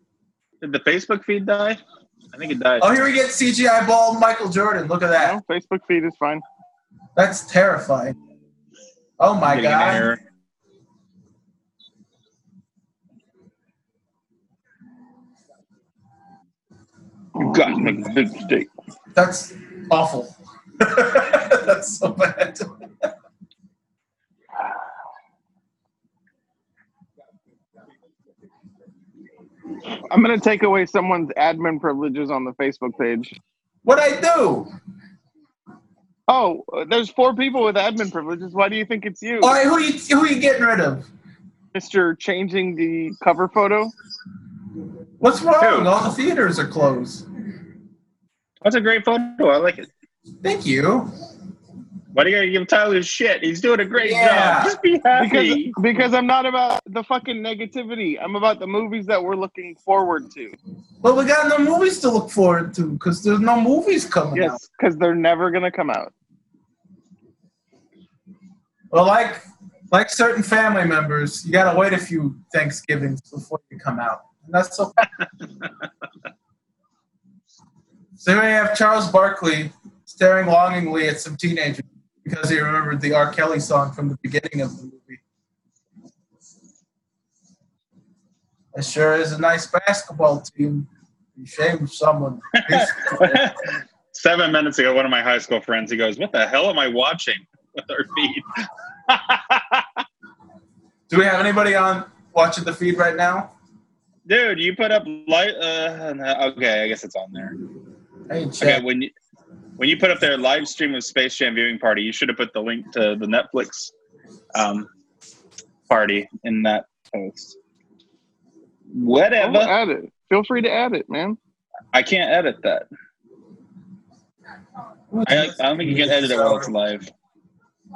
Did the Facebook feed die? I think it died.
Oh, here we get CGI ball Michael Jordan. Look at that.
No, Facebook feed is fine.
That's terrifying. Oh my
I'm getting an
god.
error. You got to make a big mistake.
That's awful. [laughs] That's so bad.
I'm gonna take away someone's admin privileges on the Facebook page.
What I do?
Oh, uh, there's four people with admin privileges. Why do you think it's you,
All right, who you who you getting rid of?
Mister? Changing the cover photo.
What's wrong?
Who?
All the theaters are closed.
That's a great photo. I like it.
Thank you.
Why do you gotta give Tyler shit? He's doing a great
Yeah.
job. [laughs] Just be
because
happy.
because I'm not about the fucking negativity. I'm about the movies that we're looking forward to.
But we got no movies to look forward to because there's no movies coming out.
Yes, because they're never gonna come out.
Well, like like certain family members, you gotta wait a few Thanksgivings before you come out, and that's so. so here we have Charles Barkley staring longingly at some teenager because he remembered the R. Kelly song from the beginning of the movie. It sure is a nice basketball team. Be ashamed of
[laughs]
someone.
Seven minutes ago, one of my high school friends, he goes, "What the hell am I watching with our feed?"
Do we have anybody on watching the feed right now?
Dude, you put up light. Uh, no, okay, I guess it's on there.
I ain't
Okay,
checked.
when you when you put up their live stream of Space Jam viewing party, you should have put the link to the Netflix um, party in that post.
Oh,
Whatever.
add it. Feel free to add it, man.
I can't edit that. I, I don't think you can edit it while it's live.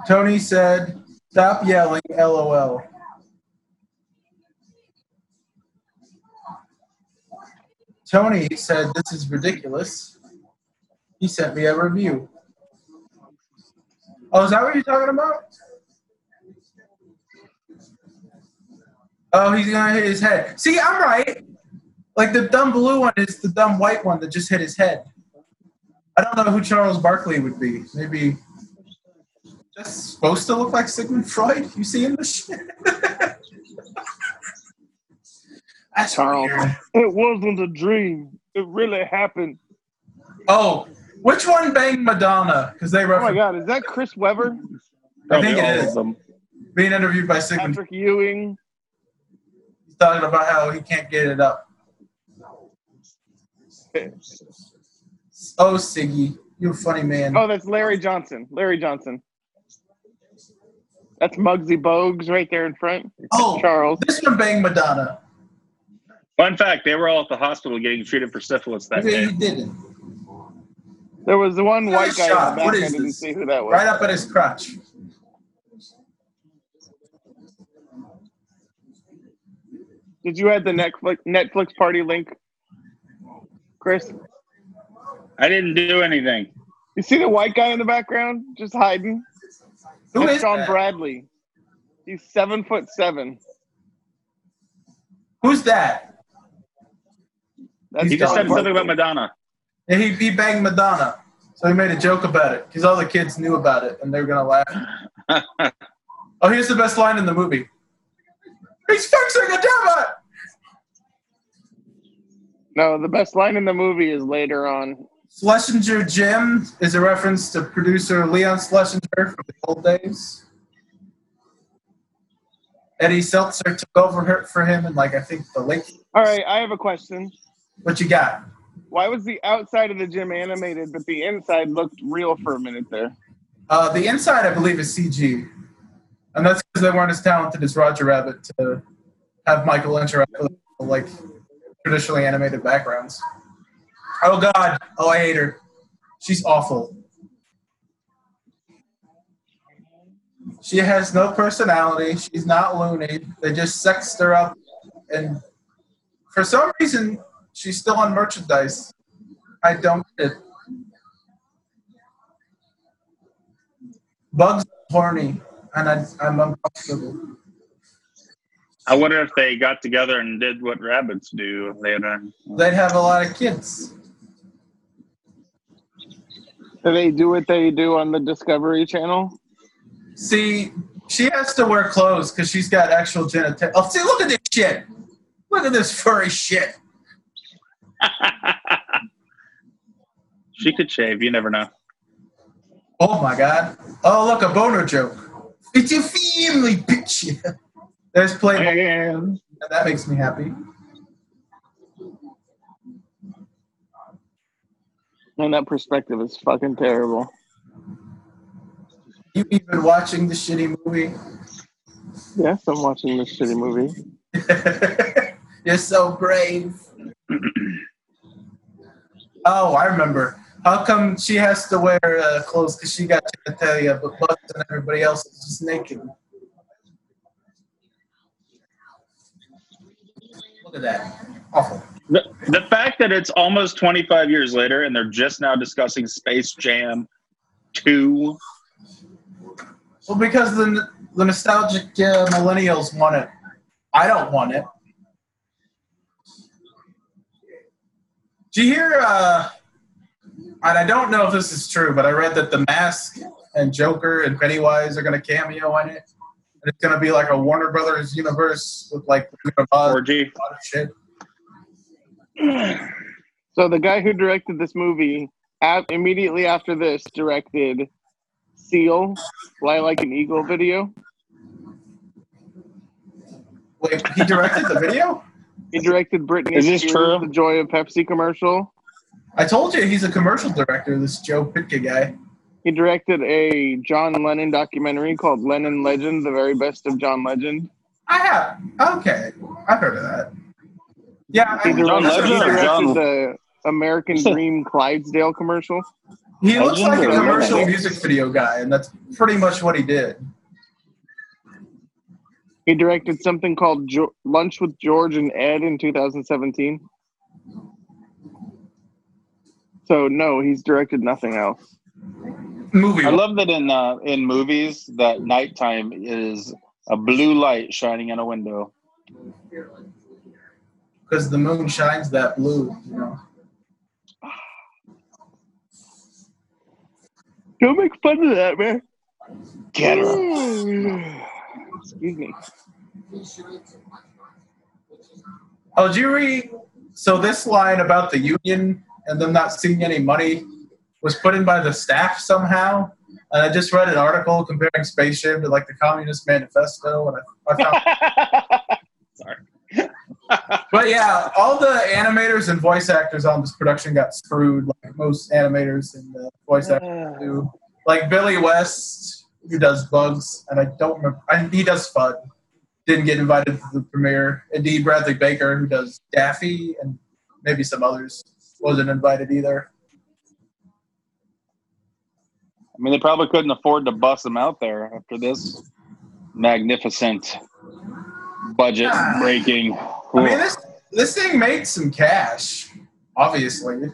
Tony said, "Stop yelling, LOL." Tony said, "This is ridiculous." He sent me a review. Oh, is that what you're talking about? Oh, he's gonna hit his head. See, I'm right. Like the dumb blue one is the dumb white one that just hit his head. I don't know who Charles Barkley would be. Maybe that's supposed to look like Sigmund Freud. You see [laughs] in this shit? That's
Charles.
weird.
It wasn't a dream. It really happened.
Oh, which one banged Madonna? Because they
Oh my
referenced
god, is that Chris Webber?
I think it
all of
is.
them.
being interviewed by Sigmund.
Patrick Ewing?
He's talking about how he can't get it up. Oh, Siggy, you're a funny man.
Oh, that's Larry Johnson. Larry Johnson. That's Muggsy Bogues right there in front.
Oh,
Charles.
this one banged Madonna.
Fun fact: They were all at the hospital getting treated for syphilis that
Maybe
day.
he didn't.
There was the one
Another
white guy
shot.
in the back.
What
I
is
didn't
this?
see who that was.
Right up at his crotch.
Did you add the Netflix Netflix party link, Chris?
I didn't do anything.
You see the white guy in the background just hiding?
Who
That's
is
John
that?
Bradley. He's seven foot seven.
Who's that?
That's
He's
He just
John
said
Bradley.
something about Madonna.
Yeah, he, he banged Madonna. So he made a joke about it because all the kids knew about it and they were going to laugh. Oh, here's the best line in the movie He's fixing a demo!
No, the best line in the movie is later on.
Schlesinger Jim is a reference to producer Leon Schlesinger from the old days. Eddie Seltzer took over her, for him in, like, I think the late.
All right, I have a question.
What you got?
Why was the outside of the gym animated, but the inside looked real for a minute there?
Uh, the inside, I believe, is CG. And that's because they weren't as talented as Roger Rabbit to have Michael interact with, like, traditionally animated backgrounds. Oh, God. Oh, I hate her. She's awful. She has no personality. She's not loony. They just sexed her up. And for some reason, she's still on merchandise. I don't get it. Bugs are horny, and I, I'm uncomfortable.
I wonder if they got together and did what rabbits do. They had a-
They'd have a lot of kids.
Do they do what they do on the Discovery Channel?
See, she has to wear clothes because she's got actual genitalia. Oh, see, look at this shit. Look at this furry shit.
[laughs] she could shave. You never know.
Oh my god. Oh, look, a boner joke. It's a family picture. [laughs] There's Playboy.
Man.
That makes me happy.
And that perspective is fucking terrible.
You even watching the shitty movie?
Yes, I'm watching this shitty movie.
[laughs] You're so brave. [clears throat] oh, I remember. How come she has to wear uh, clothes because she got genitalia, but Bucks and everybody else is just naked? Look at that. Awful.
The, the fact that it's almost 25 years later and they're just now discussing Space Jam 2.
Well, because the, the nostalgic uh, millennials want it. I don't want it. Do you hear? Uh, and I don't know if this is true, but I read that The Mask and Joker and Pennywise are going to cameo in it. And it's going to be like a Warner Brothers universe with like Wizard of Oz and
Orgy.
a lot of shit.
So the guy who directed this movie, ab- immediately after this, directed Seal, Fly Like an Eagle video.
Wait, he directed the video?
He directed Britney
Is this
Spears'
true?
The Joy of Pepsi commercial.
I told you he's a commercial director, this Joe Pitka guy.
He directed a John Lennon documentary called Lennon Legend, The Very Best of John Legend.
I have. Okay. I've heard of that. Yeah. I,
He directed,
John
he
Legend or
directed
John-
the American
[laughs]
Dream Clydesdale commercial.
He looks
Legend
like a
or
commercial
Legend?
music video guy, and that's pretty much what he did.
He directed something called jo- Lunch with George and Ed in 2017. So no, he's directed nothing else.
Movie.
I love that in uh, in movies that nighttime is a blue light shining in a window.
Because the moon shines that blue, you know.
Don't make fun of that, man.
Get [laughs] her.
[sighs] Excuse me.
Oh, did you read? So this line about the union and them not seeing any money was put in by the staff somehow. And I just read an article comparing Space Jam to like the Communist Manifesto, and I, I found. but yeah, all the animators and voice actors on this production got screwed, like most animators and uh, voice actors do. Like Billy West, who does Bugs, and I don't remember. I, he does Spud. Didn't get invited to the premiere. Indeed, Bradley Baker, who does Daffy, and maybe some others, wasn't invited either.
I mean, they probably couldn't afford to bust them out there after this magnificent budget breaking.
I mean, this this thing made some cash, obviously.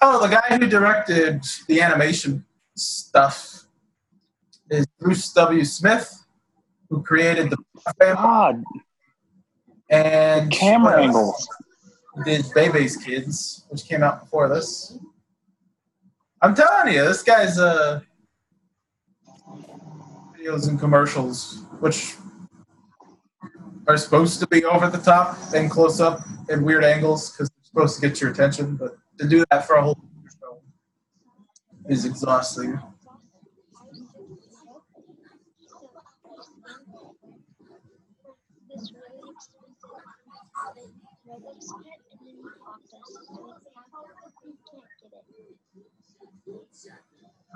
Oh, the guy who directed the animation stuff is Bruce W. Smith, who created the Family
God,
and uh,
camera
what else?
angles.
did Bebe's Kids, which came out before this. I'm telling you, this guy's uh, videos and commercials, which are supposed to be over the top and close up and weird angles because they're supposed to get your attention, but to do that for a whole show is exhausting.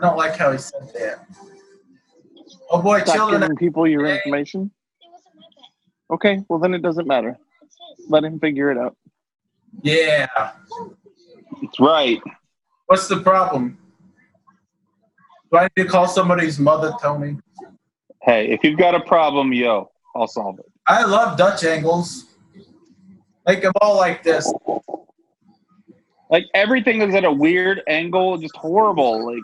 I don't like how he said that. Oh boy,
Stop
children.
giving people your information. Okay, well then it doesn't matter. Let him figure it out.
Yeah.
That's right.
What's the problem? Do I need to call somebody's mother, Tony?
Hey, if you've got a problem, yo, I'll solve it.
I love Dutch angles. Make them all like this.
Like everything is at a weird angle, just horrible. Like,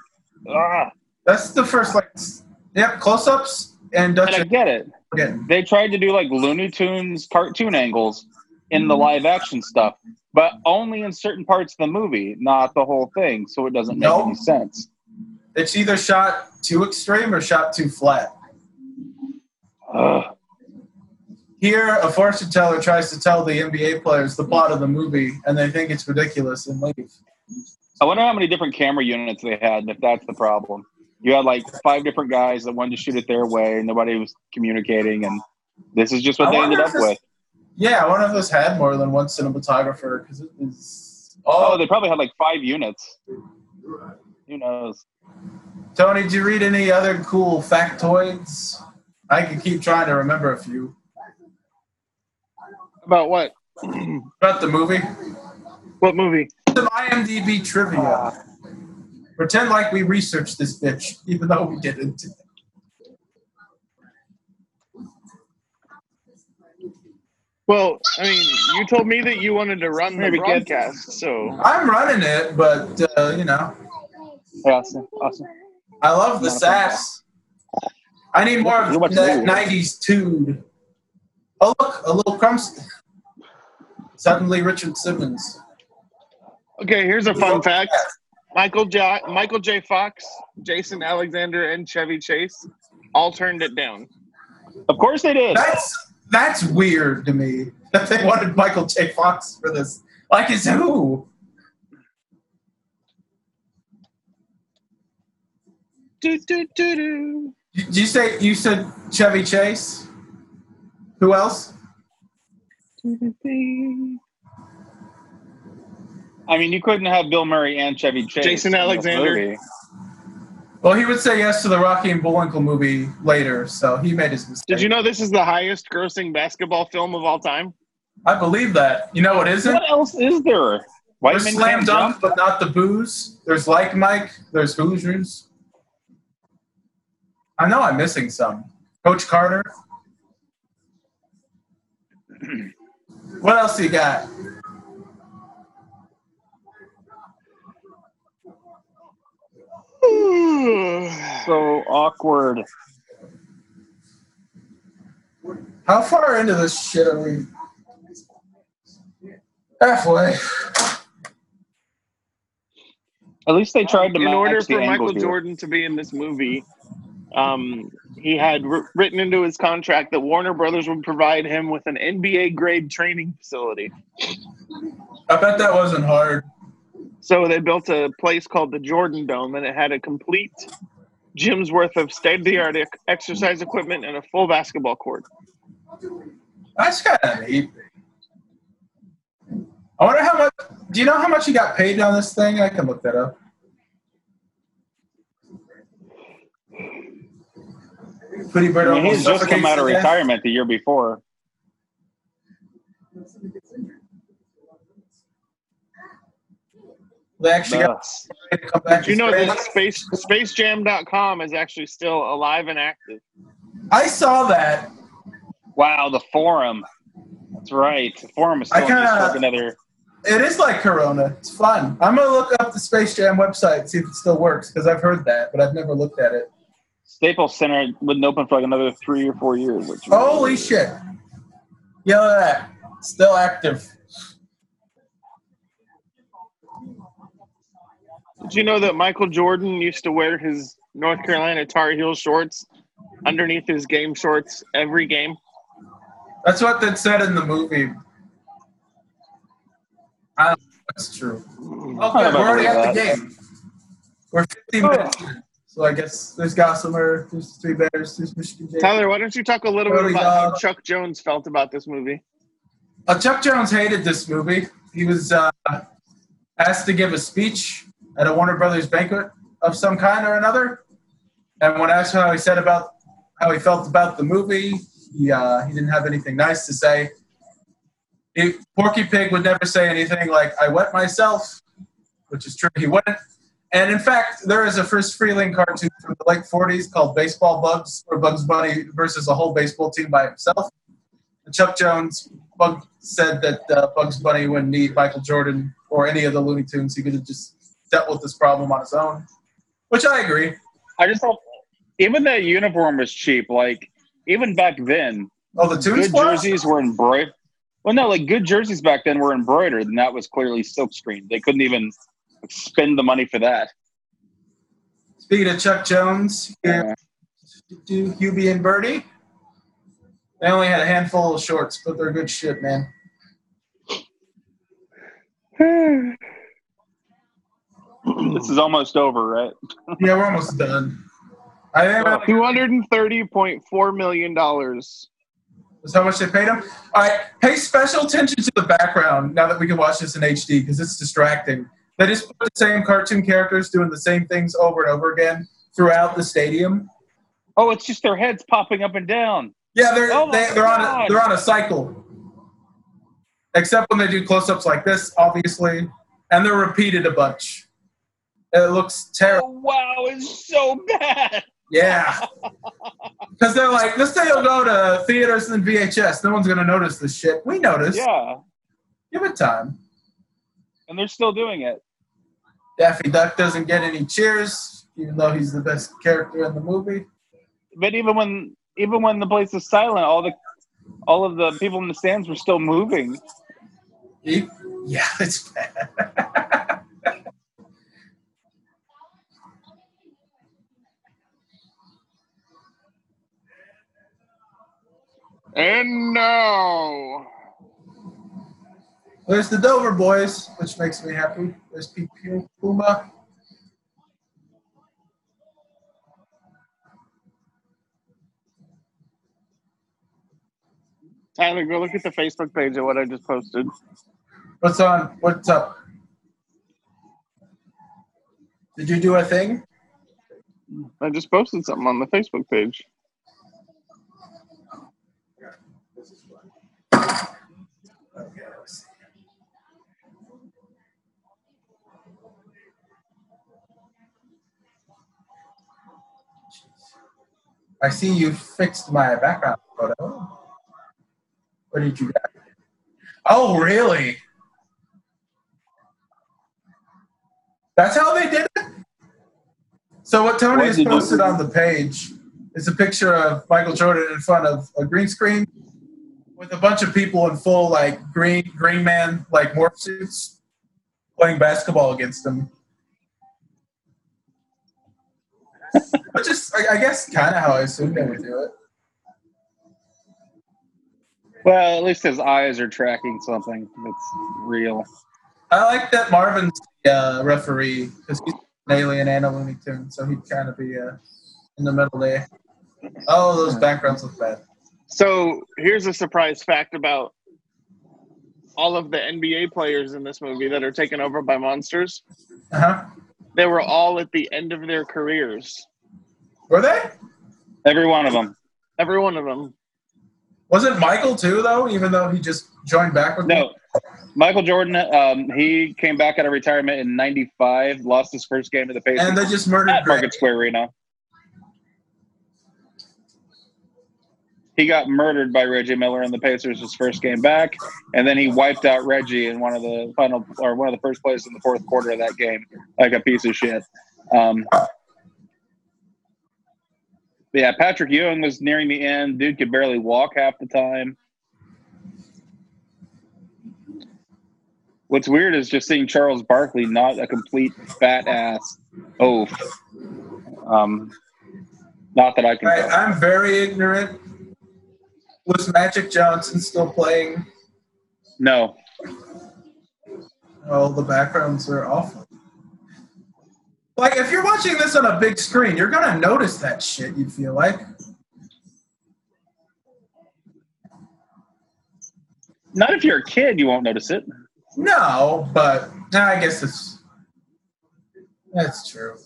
ah,
That's the first like. s- Yep, close-ups and Dutch
and I get it.
again.
they tried to do like Looney Tunes cartoon angles in the live action stuff, but only in certain parts of the movie, not the whole thing. So it doesn't make
No.
any sense.
It's either shot too extreme or shot too flat.
Ugh.
Here, a fortune teller tries to tell the NBA players the plot of the movie, and they think it's ridiculous and leave.
I wonder how many different camera units they had, and if that's the problem. You had like five different guys that wanted to shoot it their way, and nobody was communicating, and this is just what
I
they
wonder
ended
if
up
this-
with.
Yeah, one of those had more than one cinematographer because it is.
Oh,
Oh,
they probably had like five units. Who knows?
Tony, did you read any other cool factoids? I can keep trying to remember a few.
About what?
About the movie.
What movie?
Some IMDb trivia. Pretend like we researched this bitch, even though we didn't.
Well, I mean, you told me that you wanted to run the
Maybe get-
broadcast, so
I'm running it, but uh, you know,
Hey, Austin, Austin.
I love the
Not a fan.
sass. I need more
You're
of
about to
that
lose.
'90s dude. Oh look, a little crumbs. Suddenly, Richard Simmons.
okay. Here's a fun fact: Michael J. Michael J. Fox, Jason Alexander, and Chevy Chase all turned it down.
Of course they did.
That's that's weird to me that they wanted Michael J. Fox for this. Like, it's who?
Do do do do.
Did you say you said Chevy Chase? Who else?
I mean, you couldn't have Bill Murray and Chevy Chase.
Jason
in this
Alexander.
movie.
Well, he would say yes to the Rocky and Bullwinkle movie later, so he made his mistake.
Did you know this is the highest-grossing basketball film of all time?
I believe that. You know what isn't?
What else is there? White
There's
men
Slam
can't
Dunk,
jump.
but not the booze. There's Like Mike. There's Hoosiers. I know I'm missing some. Coach Carter. [clears throat] What else you got?
So awkward.
How far into this shit are we? Halfway.
At least they tried to
in
match
order
the
for
angle
Michael
here.
Jordan to be in this movie, um, he had wr- written into his contract that Warner Brothers would provide him with an NBA grade training facility.
I bet that wasn't hard.
So they built a place called the Jordan Dome, and it had a complete gym's worth of state of the art exercise equipment and a full basketball court.
That's kind of neat. I wonder how much. Do you know how much he got paid on this thing? I can look that up. Pretty bird.
I mean, he's
almost
just come out
suffocates
of
to death.
retirement the year before.
They actually got
Thus.
paid to come back.
Did you know
and-
that space spacejam.com is actually still alive and active?
I saw that.
Wow, the forum. That's right. The forum is
I
still just
kinda-
like another.
It is like Corona. It's fun. I'm gonna look up the Space Jam website and see if it still works because I've heard that, but I've never looked at it.
Staples Center wouldn't open for like another three or four years. Which
Holy shit! Yell at that. Still active.
Did you know that Michael Jordan used to wear his North Carolina Tar Heel shorts underneath his game shorts every game?
That's what that said in the movie. I don't know if that's true. Okay, we're already at the game. We're 15 minutes in. So I guess there's Gossamer, there's the Three Bears, there's Michigan State.
Tyler, why don't you talk a little bit
Early
about how
dog.
Chuck Jones felt about this movie? [sighs]
Uh, Chuck Jones hated this movie. He was uh, asked to give a speech at a Warner Brothers banquet of some kind or another. And when asked how he said about how he felt about the movie, he, uh, he didn't have anything nice to say. He, Porky Pig would never say anything like, I wet myself, which is true, he wouldn't. And in fact, there is a First Freeling cartoon from the late 40s called Baseball Bugs, where Bugs Bunny versus a whole baseball team by himself. And Chuck Jones Bug said that uh, Bugs Bunny wouldn't need Michael Jordan or any of the Looney Tunes. He could have just dealt with this problem on his own, which I agree.
I just don't. Even that uniform was cheap. Like even back then,
Oh, the Tunes
good
were?
jerseys were embroidered. Well, no, like good jerseys back then were embroidered, and that was clearly silkscreen. They couldn't even spend the money for that. [clears throat]
Speaking of Chuck Jones, here
Yeah.
do Hubie and Birdie. They only had a handful of shorts, but they're good shit, man.
this is almost over, right?
Yeah, we're almost done. I think that
$230.4 million.
was how much they paid him. All right, pay special attention to the background now that we can watch this in HD because it's distracting. They just put the same cartoon characters doing the same things over and over again throughout the stadium.
Oh, it's just their heads popping up and down.
Yeah, they're
Oh my
they, they're on a,
God.
they're on a cycle. except when they do close-ups like this, obviously, and they're repeated a bunch. It looks terrible.
wow, it's so bad. [laughs]
Yeah, because they're like, this thing will go to theaters and VHS. No one's gonna notice this shit. We notice.
Yeah,
Give it time.
and they're still doing it.
Daffy Duck doesn't get any cheers, even though he's the best character in the movie.
But even when even when the place is silent, all the all of the people in the stands were still moving.
He- yeah, [laughs] it's bad.
And now,
There's the Dover Boys, which makes me happy. There's P- P- Puma.
Tyler, go look at the Facebook page of what I just posted.
What's on? What's up? Did you do a thing?
I just posted something on the Facebook page.
Okay, let's see. I see you fixed my background photo. What did you get? Oh, really? That's how they did it? So what Tony
What
has
did you-
posted on the page is a picture of Michael Jordan in front of a green screen with a bunch of people in full like green green man like morph suits playing basketball against him. Which is I, I guess kinda how I assumed they would do it.
Well, at least his eyes are tracking something that's real.
I like that Marvin's the uh, referee because he's an alien and a Looney Tune, so he'd kind of be uh, in the middle there. Oh, those backgrounds look bad.
So here's a surprise fact about all of the NBA players in this movie that are taken over by monsters.
Uh huh.
They were all at the end of their careers.
Were they?
Every one of them.
Every one of them.
Wasn't Michael too though? Even though he just joined back with me?
No, Michael Jordan. Um, he came back out of retirement in '95, lost his first game to the
and
Pacers
they just murdered
at
Grant.
Market Square Arena. He got murdered by Reggie Miller in the Pacers his first game back, and then he wiped out Reggie in one of the final or one of the first plays in the fourth quarter of that game, like a piece of shit. Um, yeah, Patrick Ewing was nearing the end. Dude could barely walk half the time. What's weird is just seeing Charles Barkley not a complete fat ass oaf. Um, not that I can.
I,
tell.
I'm very ignorant. Was Magic Johnson still playing?
No,
Oh, the backgrounds are awful. Like, if you're watching this on a big screen, you're going to notice that shit, you feel like.
not if you're a kid, you won't notice it.
No, but nah, I guess it's that's true.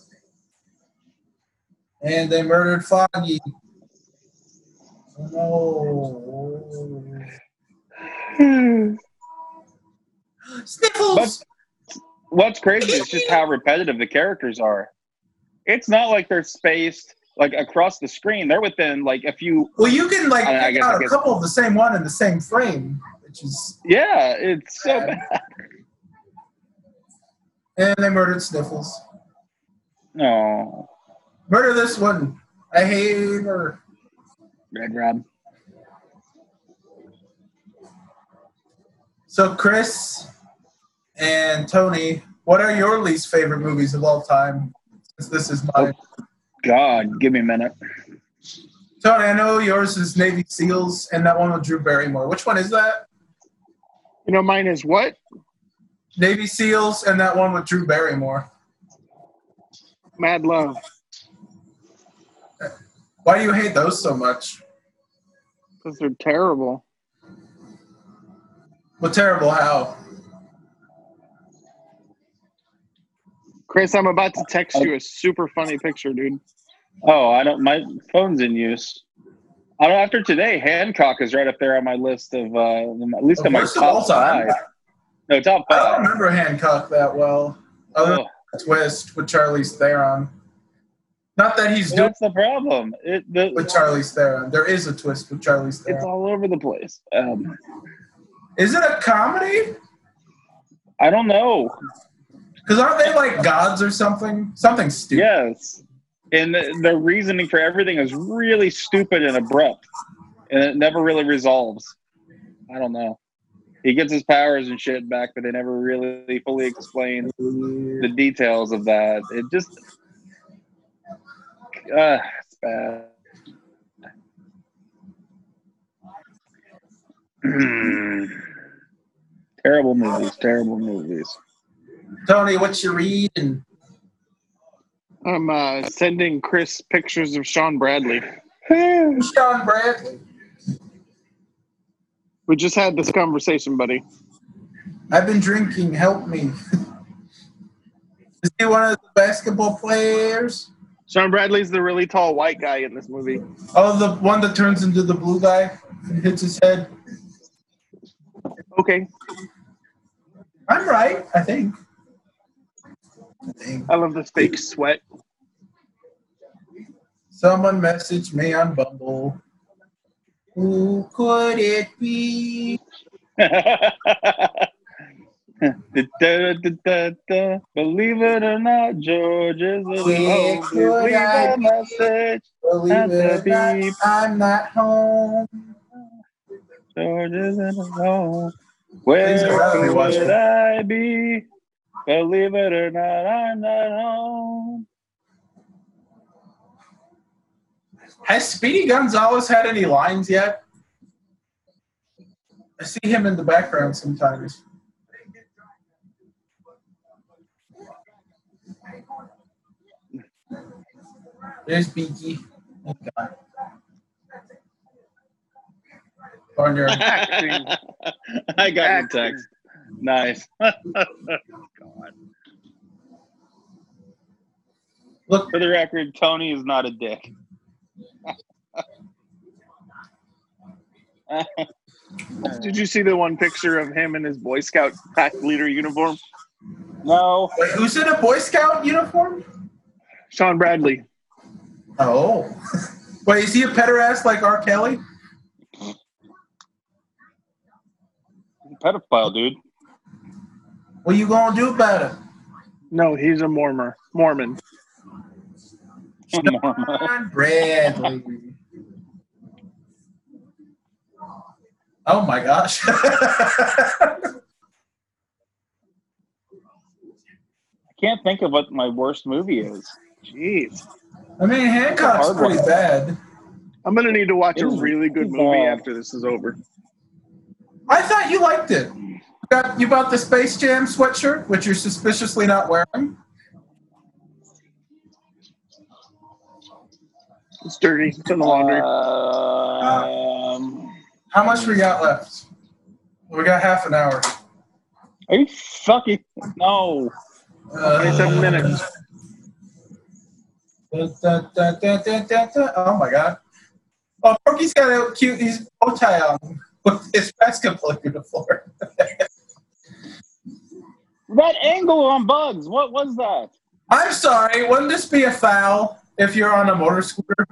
And they murdered Foggy. No. Sniffles.
What's crazy is just how repetitive the characters are. It's not like they're spaced like across the screen. They're within like a few.
Well, you can like
I don't know, I
pick
guess- I
out a
guess-
couple of the same one in the same frame, which is
Yeah, it's so
bad.
bad.
And they murdered Sniffles.
Oh,
Murder this one. I hate her.
Red Rob.
So Chris and Tony, what are your least favorite movies of all time? Since this is mine.
God, give me a minute.
Tony, I know yours is Navy SEALs and that one with Drew Barrymore. Which one is that?
You know, mine is what?
Navy SEALs and that one with Drew Barrymore.
Mad Love.
Why do you hate those so much?
Because they're terrible.
Well, terrible how?
Chris, I'm about to text you a super funny picture, dude.
Oh, I don't. My phone's in use. I don't know, after today, Hancock is right up there on my list of uh, at least on my
Worst of all
top
time.
five. No, top
I don't
five.
remember Hancock that well. Other than
Oh,
the twist with Charlie's Theron. Not that he's doing
that's the problem. It, the,
it with Charlie's Theron. There is a twist with Charlie's
it's
Theron.
all over the place. Um,
Is it a comedy?
I don't know.
Because aren't they like gods or something? Something stupid.
Yes. And the, the reasoning for everything is really stupid and abrupt. And it never really resolves. I don't know. He gets his powers and shit back, but they never really fully explain the details of that. It just. Uh, it's bad. [clears throat] terrible movies, terrible movies. [laughs]
Tony, what you reading?
I'm uh, sending Chris pictures of Sean Bradley.
Sean Bradley.
We just had this conversation, buddy.
I've been drinking. Help me. [laughs] is he one of the basketball players?
Sean Bradley's the really tall white guy in this movie.
Oh, the one that turns into the blue guy and hits his head.
Okay,
I'm right, I think. I think.
I love the fake sweat.
Someone messaged me on Bumble. Who could it be?
Da-da-da-da-da. Believe it or not, George is a
Where
lonely.
could
Leave
I
a
be?
message.
Believe it or not, I'm not home.
George isn't alone.
Please
Where
don't have me watch
would
it.
I be? Believe it or not, I'm not home.
Has Speedy Gonzalez had any lines yet? I see him in the background sometimes. There's Beaky. Oh, God. Barnyard.
Acting.
[laughs] I got your
Acting.
text. Nice.
Look,
For the record, Tony is not a dick.
Did you see the one picture of him in his Boy Scout pack leader uniform?
No.
wait, who's in a Boy Scout uniform?
Sean Bradley.
Oh. [laughs] Wait, is he a pederast like R. Kelly?
[laughs]
Pedophile, dude.
What you gonna do about it?
No, he's a Mormon. Mormon.
Sean Bradley. Oh my gosh. [laughs]
can't think of what my worst movie is.
Jeez.
I mean, Hancock's
Hard one.
pretty bad.
I'm gonna need to watch
It
a
was
really good
really
movie
bad.
after this is over.
I thought you liked it. You, got, you bought the Space Jam sweatshirt, which you're suspiciously not wearing.
It's dirty. It's in the laundry.
Um,
How much we got left? We got half an hour.
are you fucking no?
Uh,
27 minutes.
Da, da, da, da, da, da, da. Oh my god. Oh, Porky's got a cute his bow tie on [laughs] with his basketball uniform.
That angle on Bugs. What was that?
I'm sorry, wouldn't this be a foul if you're on a motor scooter?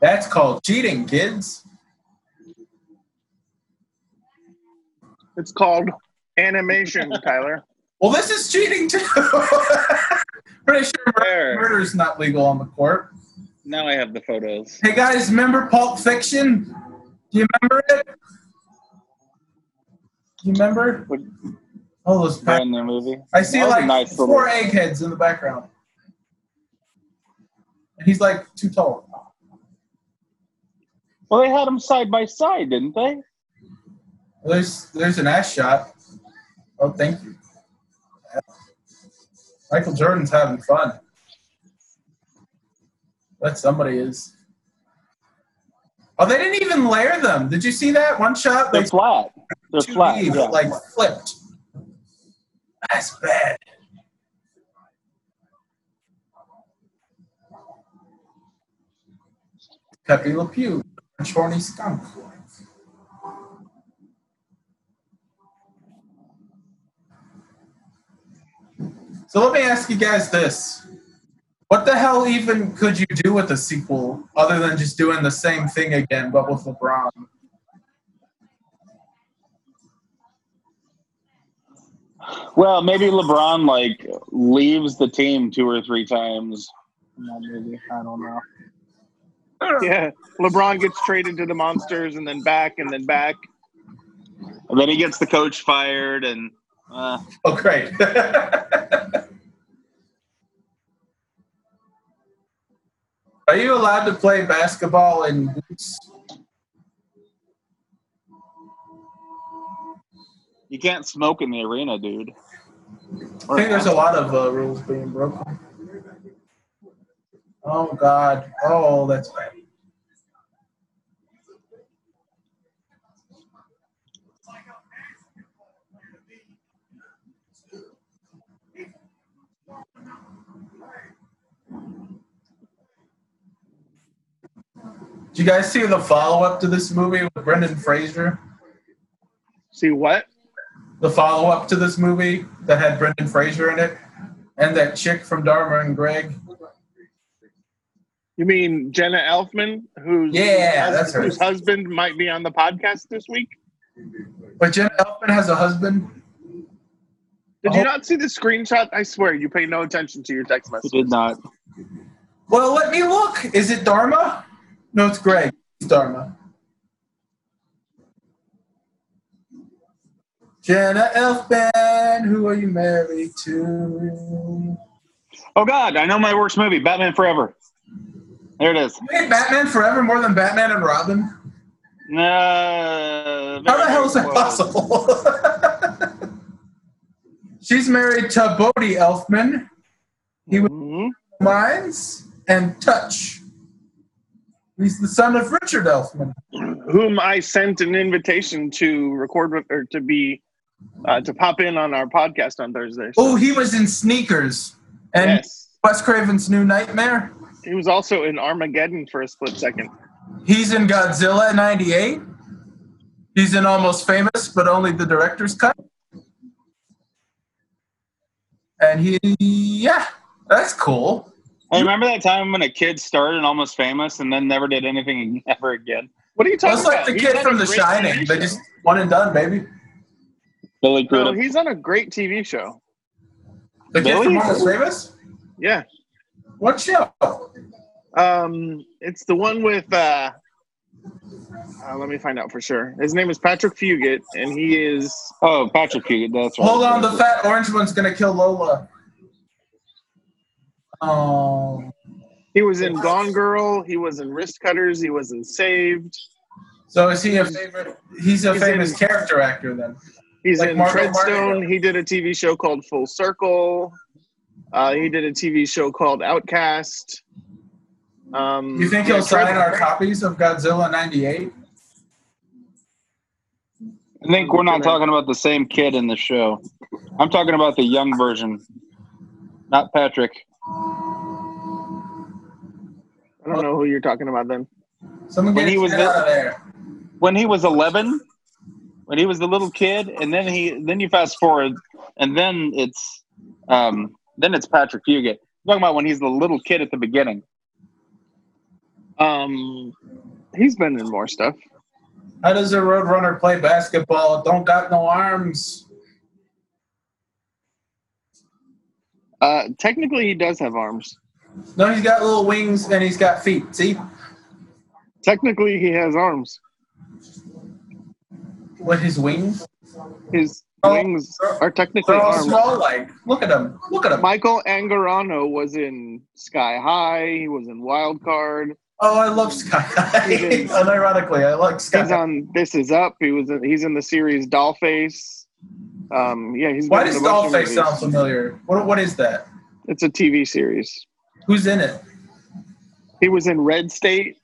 That's called cheating, kids.
It's called animation, Tyler.
Well, this is cheating too. [laughs] Pretty sure mur-
There.
murder's not legal on the court.
Now I have the photos.
Hey guys, remember Pulp Fiction? Do you remember it? You remember?
What-
All those
They're in the movie.
I see
That was a
like
nice little-
four eggheads in the background. And he's like too tall.
Well, they had them side by side, didn't they?
Well, there's there's an ass shot. Oh, thank you. Michael Jordan's having fun. That somebody is. Oh, they didn't even layer them. Did you see that one shot?
They're
They
flat. They're
2D,
flat.
but,
Yeah.
like flipped. That's bad. Pepe Le Pew, French horny skunk. So let me ask you guys this. What the hell even could you do with a sequel other than just doing the same thing again but with LeBron?
Well, maybe LeBron like leaves the team two or three times. Not maybe. I don't know.
[laughs] Yeah, LeBron gets traded to the Monsters and then back and then back.
And then he gets the coach fired, and uh,
Oh, great. [laughs] Are you allowed to play basketball in boots?
you can't smoke in the arena, dude.
I think there's a lot of uh, rules being broken. Oh, God. Oh, that's bad. Did you guys see the follow up to this movie with Brendan Fraser?
See what?
The follow up to this movie that had Brendan Fraser in it and that chick from Dharma and Greg?
You mean Jenna Elfman, whose
Yeah, that's her.
whose husband might be on the podcast this week?
But Jenna Elfman has a husband?
Did
Oh.
you not see the screenshot? I swear you pay no attention to your text
He
message.
did not.
Well, let me look. Is it Dharma? No, it's Greg. It's Dharma. Jenna Elfman, who are you married to?
Oh God, I know my worst movie, Batman Forever. There it is.
You hate Batman Forever more than Batman and Robin?
Uh,
How the hell is that
whoa.
possible? [laughs] She's married to Bodie Elfman,
Mhm.
Mines, and Touch. He's the son of Richard Elfman.
Whom I sent an invitation to record with, or to be uh, to pop in on our podcast on Thursday. So,
Oh, he was in Sneakers and
yes,
Wes Craven's New Nightmare.
he was also in Armageddon for a split second.
He's in Godzilla '98. He's in Almost Famous, but only the director's cut. And he, yeah, that's cool.
I remember that time when a kid started in Almost Famous and then never did anything [laughs] ever again.
What are you talking
That's like
about?
the
He's
kid
on
from
a
The
great
Shining.
TV
They
show.
just one and done, baby.
Billy
no,
Crudup.
he's on a great TV show.
The kid
Billy?
from Almost Famous.
Yeah,
What show?
um, it's the one with. Uh, uh, let me find out for sure. His name is Patrick Fugit, and he is.
oh, Patrick Keegan. That's right.
Hold on, the fat orange one's gonna kill Lola. Oh,
He was in Gone Girl. He was in Wrist Cutters. He was in Saved.
so is he a favorite? He's a
He's
famous
in-
character actor then.
He's
Like
in
Margot
Treadstone.
Martin.
He did a TV show called Full Circle. Uh, he did a TV show called Outcast. Um,
You think
yeah,
he'll sign
Tread-
our copies of Godzilla '98?
I think we're not talking about the same kid in the show. I'm talking about the young version, not Patrick.
I don't know who you're talking about then.
Someone
When
get
he was
his head
the-
out of there.
When he was 11, when he was the little kid, and then he then you fast forward, and then it's um, then it's Patrick Fugit. I'm talking about when he's the little kid at the beginning.
Um, he's been in more stuff.
How does a roadrunner play basketball? Don't got no arms.
Uh, technically, he does have arms.
No, he's got little wings and he's got feet. See?
Technically, he has arms.
With his wings?
His
Oh,
wings are technically
They're all
arms.
small like. Look at him. Look at him.
Michael Angarano was in Sky High. He was in Wild Card.
Oh, I love Sky [laughs] High.
He is.
Unironically, I like Sky
He's
High.
on This Is Up. He was in, he's in the series Dollface. Um, yeah, he's.
Why
been
does
in a bunch of
Dollface
movies.
sound familiar? What, what is that?
It's a TV series.
Who's in it?
He was in Red State.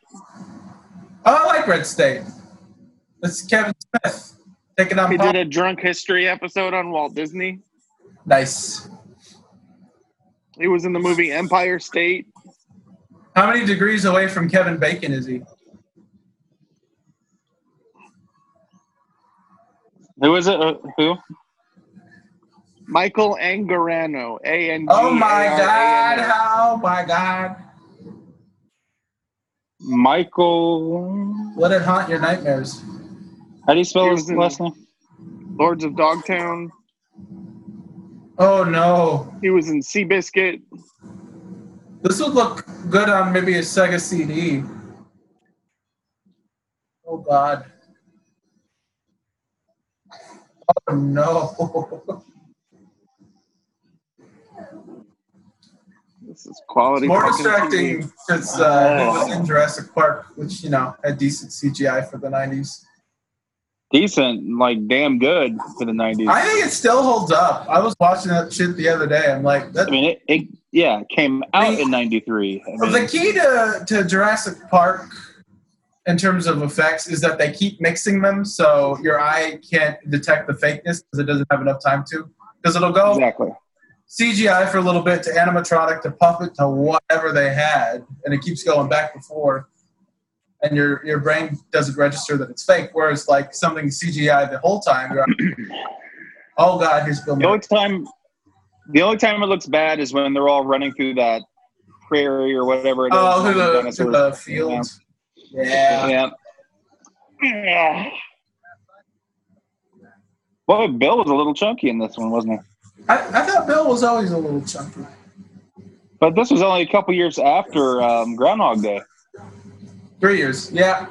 Oh, I like Red State. That's Kevin Smith. Taking on
He
Paul.
did a drunk history episode on Walt Disney.
Nice.
He was in the movie Empire State.
How many degrees away from Kevin Bacon is he?
Who is it? Uh, who?
Michael Angarano. A N. G
Oh my
A R A N O.
God! How my God!
Michael.
Let it haunt your nightmares.
How do you spell
He
his
was in-
last name?
Lords of Dogtown.
Oh no!
He was in Seabiscuit.
This would look good on maybe a Sega CD. Oh God! Oh no!
This is quality.
More
fucking TV.
distracting because uh,
Oh.
he was in Jurassic Park, which you know had decent CGI for the '90s.
Decent, like damn good for the nineties.
I think it still holds up. I was watching that shit the other day. I'm like, that,
I mean, it, it yeah it came out
The-
in '93. I mean,
the key to, to Jurassic Park in terms of effects is that they keep mixing them so your eye can't detect the fakeness because it doesn't have enough time to. Because it'll go
exactly.
CGI for a little bit to animatronic to puppet to whatever they had, and it keeps going back and forth. And your, your brain doesn't register that it's fake, whereas like something CGI the whole time, you're like,
[clears throat]
oh god, here's Bill
The
Murray.
only time, the only time it looks bad is when they're all running through that prairie or whatever it is.
Oh,
with
who the, who
dinosaurs.
the field? Yeah.
Yeah. [sighs] yeah. Boy, Bill was a little chunky in this one, wasn't he?
I, I thought Bill was always a little chunky.
But this was only a couple years after um, Groundhog Day.
Three years. Yeah.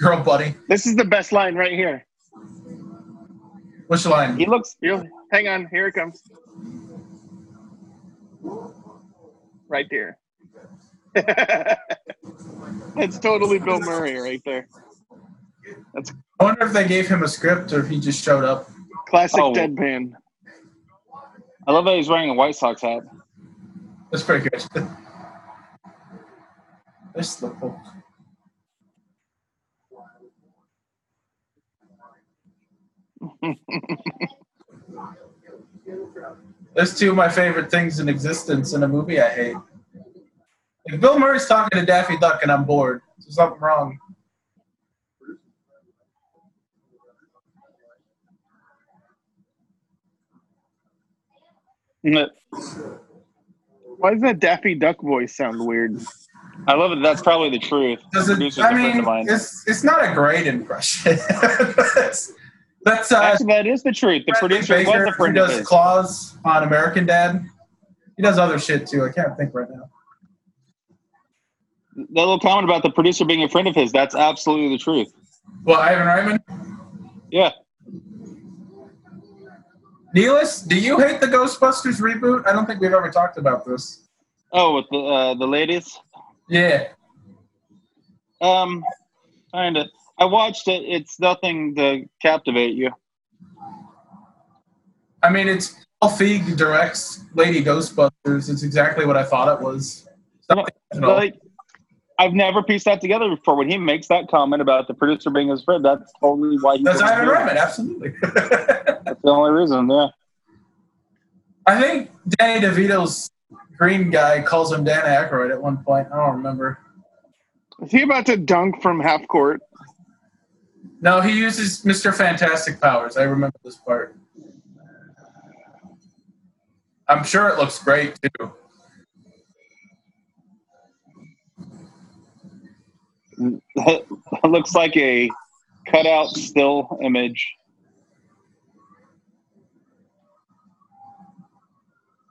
Girl, buddy.
This is the best line right here.
Which line?
He looks
You hang on. Here it comes. Right [laughs] there. That's totally Bill Murray right there.
I wonder if they gave him a script or if he just showed up.
Classic
Oh.
deadpan.
I love that he's wearing a White Sox hat.
That's pretty good. [laughs] There's the book. There's two of my favorite things in existence in a movie I hate. If Bill Murray's talking to Daffy Duck and I'm bored, there's something wrong.
I
Why does that Daffy Duck voice sound weird?
love it. That's probably the truth. The
Does it,
producer's a
I
friend of
mean,
mine.
it's it's not a great impression. [laughs] that's, that's uh,
Actually, that is the truth. The
Bradley
producer
Baker,
was a
who
friend of
does
his.
Claws on American Dad. He does other shit too. I can't think right now.
That little comment about the producer being a friend of his, that's absolutely the truth.
Well, Ivan Reitman,
Yeah.
Neelis, do you hate the Ghostbusters reboot? I don't think we've ever talked about this.
Oh, with the uh, the ladies.
Yeah,
Um, kind of. I watched it. It's nothing to captivate you.
I mean, it's Paul Feig directs Lady Ghostbusters. It's exactly what I thought it was. It's not original.
Like, I've never pieced that together before. When he makes that comment about the producer being his friend, that's totally why he.
That's
was
Ivan
doing it.
Reitman, absolutely. [laughs]
That's the only reason. Yeah.
I think Danny DeVito's green guy calls him Dan Aykroyd at one point. I don't remember.
Is he about to dunk from half court?
No, he uses Mr. Fantastic powers. I remember this part. I'm sure it looks great too.
it looks like a cutout still image.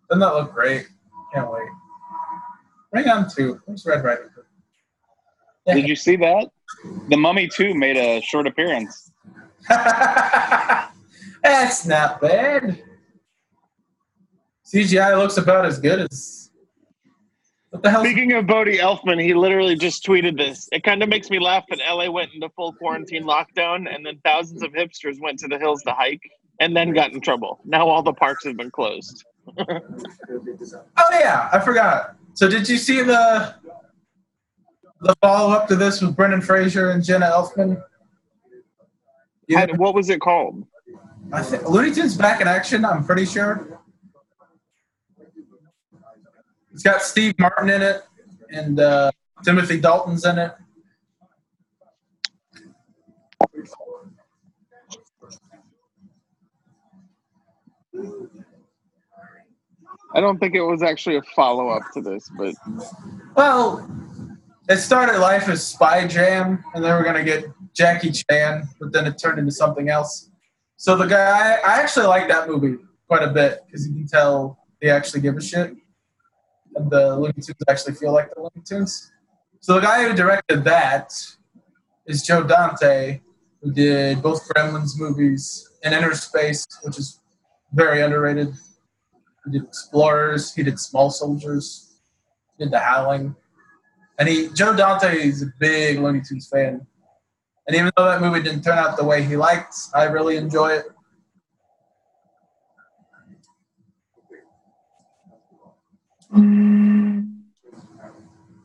Doesn't that look great? Can't wait. Bring on two. Where's Red Riding Hood? [laughs]
Did you see that? The Mummy 2 made a short appearance.
That's not bad. CGI looks about as good as. What the hell?
Speaking of Bodie Elfman, he literally just tweeted this. It kind of makes me laugh that LA went into full quarantine lockdown and then thousands of hipsters went to the hills to hike and then got in trouble. Now all the parks have been closed.
Oh yeah, I forgot. So did you see the the follow up to this with Brendan Fraser and Jenna Elfman? You-
How- what was it called?
I think Looney Tunes back in action. I'm pretty sure. It's got Steve Martin in it and uh, Timothy Dalton's in it.
I don't think it was actually a follow up to this, but
Well, it started life as Spy Jam, and they were going to get Jackie Chan, but then it turned into something else. So the guy, I actually like that movie quite a bit because you can tell they actually give a shit. And the Looney Tunes actually feel like the Looney Tunes. So the guy who directed that is Joe Dante, who did both Gremlins movies and Inner Space, which is very underrated. He did Explorers, he did Small Soldiers, he did The Howling. And he Joe Dante is a big Looney Tunes fan. And even though that movie didn't turn out the way he liked, I really enjoy it.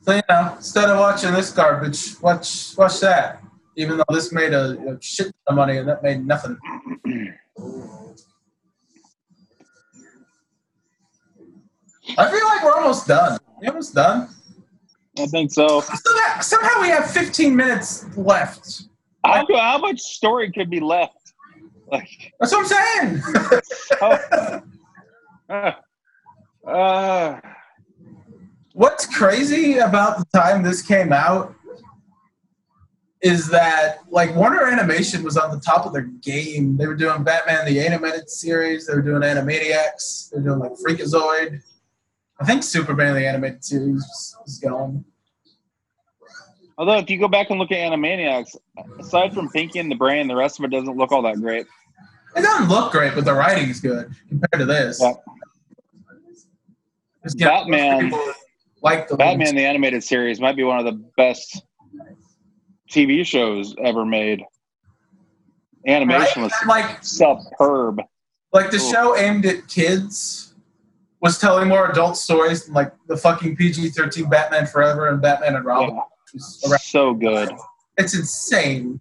So you know, instead of watching this garbage, watch watch that. Even though this made a, a shit ton of money and that made nothing. I feel like we're almost done. We're almost done.
I think so.
So that, somehow we have 15 minutes left.
How, how much story could be left? Like,
That's what I'm saying. [laughs]
uh, Oh. [laughs] uh,
What's crazy about the time this came out is that like Warner Animation was on the top of their game. They were doing Batman the animated series. They were doing Animaniacs. They were doing like Freakazoid. I think Superman the animated series is gone.
although if you go back and look at Animaniacs, aside from Pinky and the Brain, the rest of it doesn't look all that great.
It doesn't look great, but the writing's good compared to this.
Yeah.
'Cause, you know, most
Batman-
people Like the
Batman the animated series might be one of the best TV shows ever made. Animation
Right?
was
like
superb.
Like the
Cool.
show aimed at kids was telling more adult stories than like the fucking PG thirteen Batman Forever and Batman and Robin.
Yeah.
which is around-
So good.
It's insane.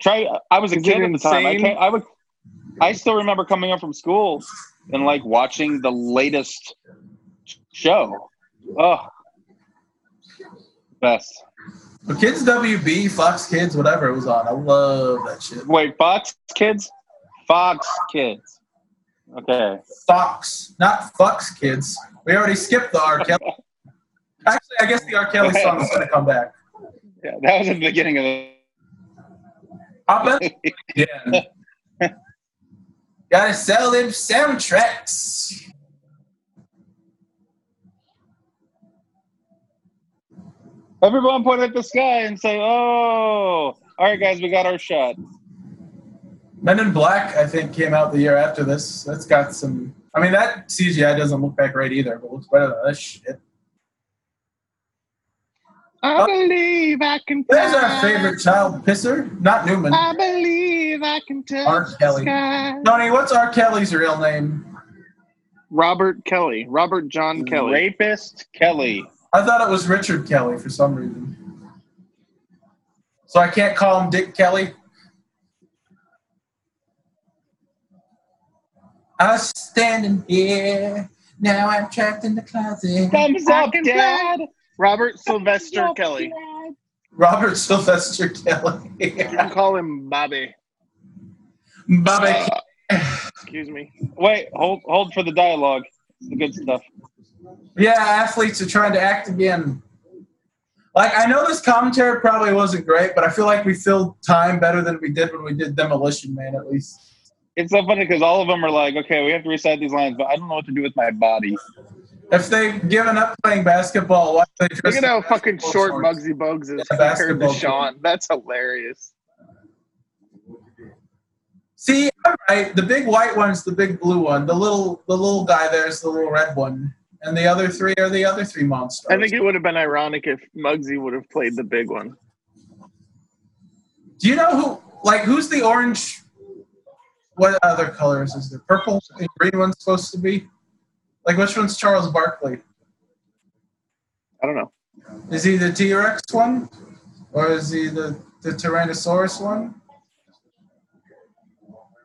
Try. I was a
Is it
kid at the time. I,
insane?
can't, I would. I still remember coming up from school and like watching the latest show. Oh, best.
But Kids WB, Fox Kids, whatever it was on. I love that shit.
Wait, Fox Kids. Fox Kids. Okay.
Fox, not Fox Kids. We already skipped the R. Kelly. Actually, I guess the R. Kelly song is gonna come back.
Yeah, that was at the beginning of the.
I'll bet it again. Gotta sell them soundtracks.
Everyone point at the sky and say, "Oh, all right, guys, we got our shot."
Men in Black, I think, came out the year after this. That's got some. I mean, that CGI doesn't look that great either, but looks better than this shit.
I believe I can.
There's our
fly.
favorite child pisser, not Newman.
I believe I can touch
R. Kelly.
the sky.
Tony, what's R. Kelly's real name?
Robert Kelly, Robert John Kelly.
Rapist Kelly.
I thought it was Richard Kelly for some reason. So I can't call him Dick Kelly. I was standing here. Now I'm trapped in the closet.
Thumbs
I
up,
can
Dad.
Robert Sylvester Kelly.
Robert Sylvester Kelly. [laughs]
You can call him Bobby.
Bobby
Excuse me.
Wait, hold hold for the dialogue. It's the good stuff.
Yeah, athletes are trying to act again. Like I know this commentary probably wasn't great, but I feel like we filled time better than we did when we did Demolition Man. At least
It's so funny because all of them are like, "Okay, we have to recite these lines, but I don't know what to do with my body."
if they've given up playing basketball, why do they
Look
dress
at how
up in
fucking
basketball
short
shorts?
Muggsy Bogues is
Yeah,
compared
basketball
to
player.
Sean. That's hilarious.
See, all right, the big white one's the big blue one. The little the little guy there's the little red one, and the other three are the other three monsters.
I think it would have been ironic if Muggsy would have played the big one.
Do you know who? Like, who's the orange? What other colors is there? Purple and green one's supposed to be. Like, which one's Charles Barkley?
I
[laughs]
don't know.
Is he the T Rex one? Or is he the, the Tyrannosaurus one?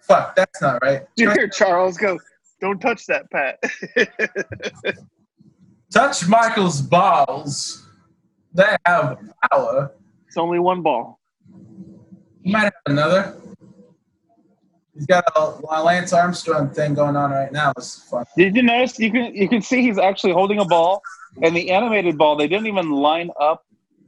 Fuck, that's not right.
[laughs]
Did you hear Charles go, don't touch that, Pat?
Touch Michael's balls. They have power.
It's only one ball.
He might have another. He's got a Lance Armstrong thing going on right now. It's fun.
Did you notice you can you can see he's actually holding a ball, and the animated ball they didn't even line up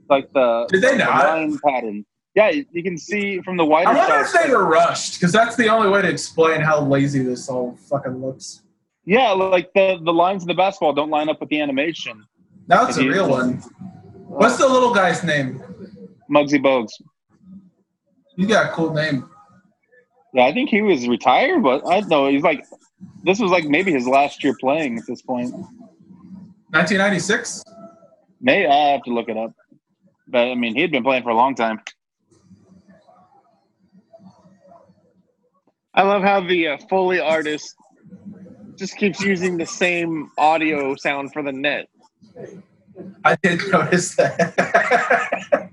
like the,
Did they
the
not?
line pattern. Yeah, you can see from the wider
I wonder if
shots.
they were rushed, because that's the only way to explain how lazy this all fucking looks.
Yeah, like the the lines in the basketball don't line up with the animation.
Now it's
If
a
you-
real one. What's the little guy's name?
Muggsy Bogues.
You got a cool name.
Yeah, I think he was retired, but I don't know he's like this was like maybe his last year playing at this point.
1996?
May I have to look it up. But I mean, he had been playing for a long time.
I love how the uh, Foley artist just keeps using the same audio sound for the net.
I did [laughs] notice that.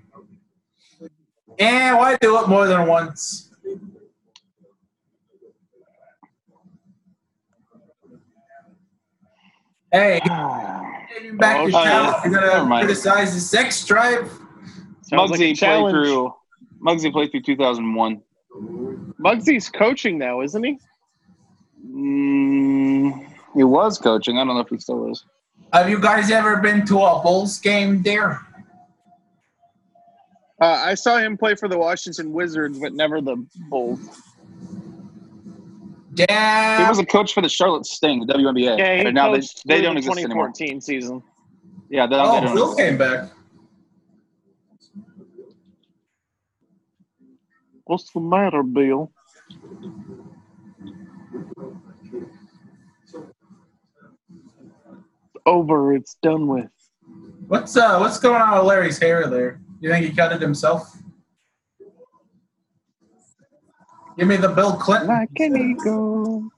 and why do it more than once? Hey, take him back to
Oh,
town.
shit.
You're
Never
gonna
mind.
criticize the sex drive.
Sounds like a
Muggsy played
challenge.
through. Muggsy played through 2001.
Muggsy's coaching now, isn't he?
Mm, he was coaching. I don't know if he still is.
Have you guys ever been to a Bulls game there?
Uh, I saw him play for the Washington Wizards, but never the Bulls.
He
Yeah.
was a coach for the Charlotte Sting, the WNBA.
Yeah, he
But now they,
coached
they
through
don't
the
exist anymore.
2014 season.
Yeah, they, they
Oh,
don't
Bill
exist.
came back.
What's the matter, Bill? Over. It's done with.
What's uh what's going on with Larry's hair there? You think he cut it himself? Give me the Bill Clinton.
Like an eagle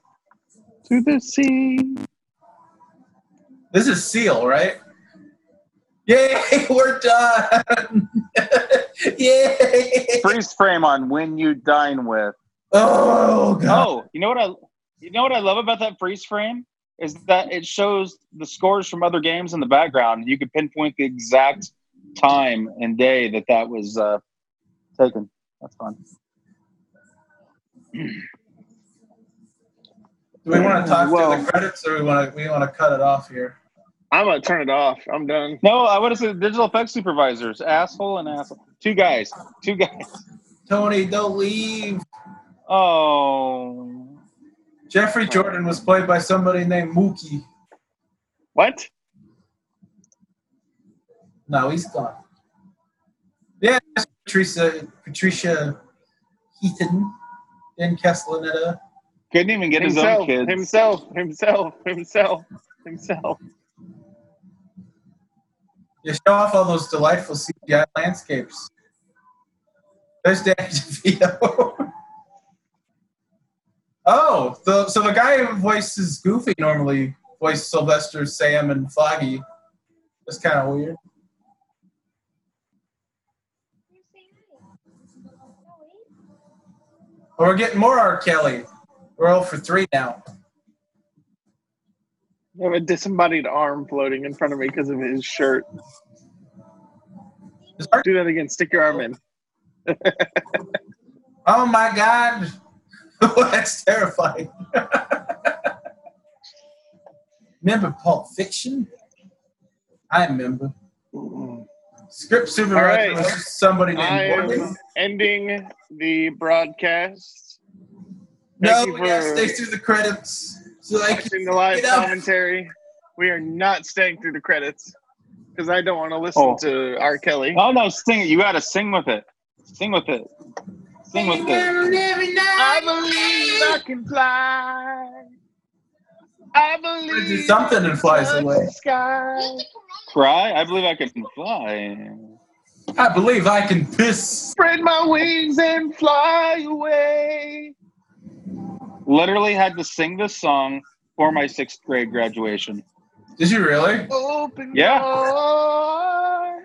to the sea.
This is Seal, right? Yay, [laughs] we're done. [laughs] Yay.
Freeze frame on when you dine with.
Oh god.
Oh, you know what I you know what I love about that freeze frame is that it shows the scores from other games in the background. You could pinpoint the exact time and day that that was uh, taken. That's fun.
Do we want to talk
Well-
through the credits or we want to we want to cut it off here?
I'm gonna turn it off. I'm done.
No, I want to say digital effects supervisors, asshole and asshole. Two guys, two guys.
Tony, don't leave.
Oh,
Jeffrey Jordan was played by somebody named Mookie.
What?
No, he's gone. Yeah, that's Patricia Patricia Heaton in Castellaneta.
couldn't even get his
Himself,
own kids.
himself, himself, himself, himself.
You show off all those delightful CGI landscapes. There's Danny [laughs] DeVito. oh, the, so the guy who voices Goofy normally voiced Sylvester, Sam, and Foggy. That's kind of weird. But we're getting more R. Kelly. We're 0 for 3 now.
I have a disembodied arm floating in front of me because of his shirt.
Is R-
Do that again. Stick your arm in.
Oh my God. [laughs] That's terrifying. [laughs] remember Pulp Fiction? I remember. Script supervisor
All right.
was somebody
I
named Morgan.
am ending the broadcast.
No,
Thank you
we gotta
for-
stay through the credits. So like,
Watching the live
Get up.
commentary. We are not staying through the credits because I don't want to listen
Oh.
to R. Kelly.
Oh no, sing! it. You gotta sing with it. Sing with it. Sing with it.
I believe I can fly. I believe
do something and flies
I can
away.
Sky.
Cry. I believe I can fly.
I believe I can piss.
Spread my wings and fly away.
Literally had to sing this song for my sixth grade graduation.
Did you really?
Open
Yeah.
Um,
door.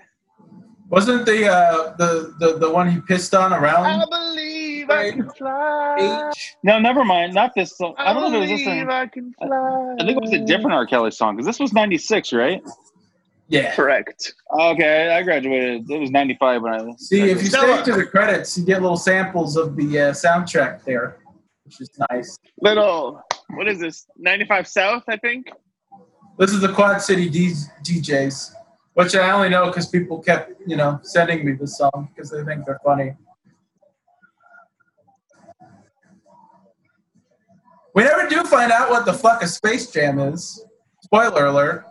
Wasn't the uh, the, the the one he pissed on around?
I believe believe I can fly.
H.
No, never mind. Not this song. I don't know if it was this
believe
thing.
I can fly.
I think it was a different R. Kelly song because this was '96, right?
Yeah.
Correct.
Okay, I I graduated. It was '95 when I.
See, if you
Stella.
stay to the credits, you get little samples of the uh, soundtrack there, which is nice.
Little, what is this? 95 South, I think.
This is the Quad City D- DJs, which I only know because people kept, you know, sending me this song because they think they're funny. We never do find out what the fuck a Space Jam is. Spoiler alert.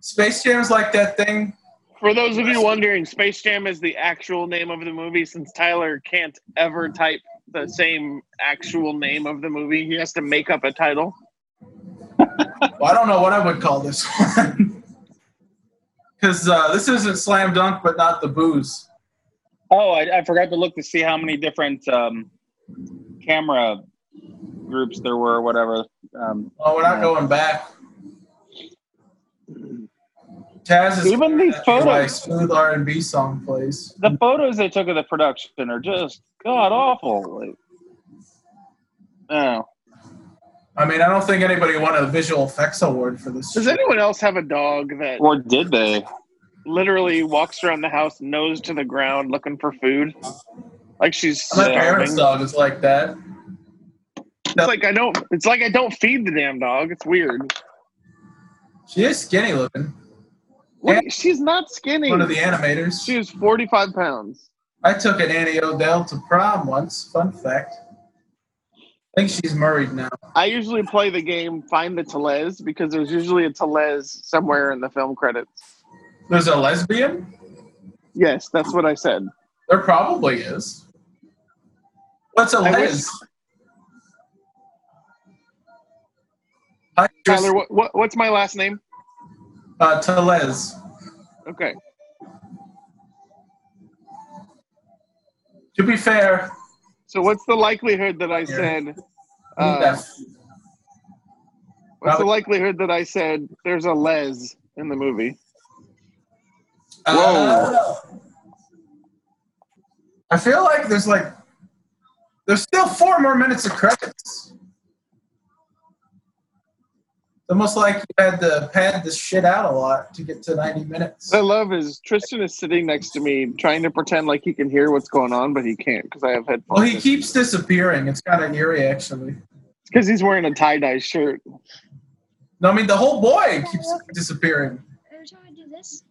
Space Jam's like that thing.
For those of you wondering, Space Jam is the actual name of the movie since Tyler can't ever type the same actual name of the movie. He has to make up a title.
Well, I don't know what I would call this one. [laughs] Because uh, this isn't Slam Dunk, but not the booze.
Oh, I, I forgot to look to see how many different um, camera groups there were, or whatever. Um,
Oh, we're not going back. Taz is
Even these photos-
My smooth R and B song plays.
the photos they took of the production are just god awful. Like, oh,
I mean, I don't think anybody won a visual effects award for this.
Does
shit.
anyone else have a dog that
or did they?
literally walks around the house nose to the ground looking for food? Like she's
My
Yeah.
parents'
starving.
dog is like that.
It's like I don't it's like I don't feed the damn dog. It's weird.
She is skinny looking.
Wait, she's not skinny.
One of the animators.
She was 45 pounds.
I took an Annie Odell to prom once. Fun fact. I think she's married now.
I usually play the game Find the Telez because there's usually a Telez somewhere in the film credits.
There's a lesbian.
Yes, that's what I said.
There probably is. What's a
I wish-
les? Hi, Tris-
Tyler, what, what what's my last name?
uh, Telez.
Okay.
To be fair,
So what's the likelihood that I
Here.
said
yeah,
uh, what's the
probably-
likelihood that I said there's a Les in the movie?
Uh, I feel like there's like there's still four more minutes of credits. It's almost like you had to pad this shit out a lot to get to 90 minutes.
What I love is Tristan is sitting next to me trying to pretend like he can hear what's going on, but he can't because I have headphones.
Well, he keeps disappearing. It's kind of eerie, actually.
because he's wearing a tie dye shirt. [laughs]
No, I mean the whole boy keeps disappearing.
Every time I do this,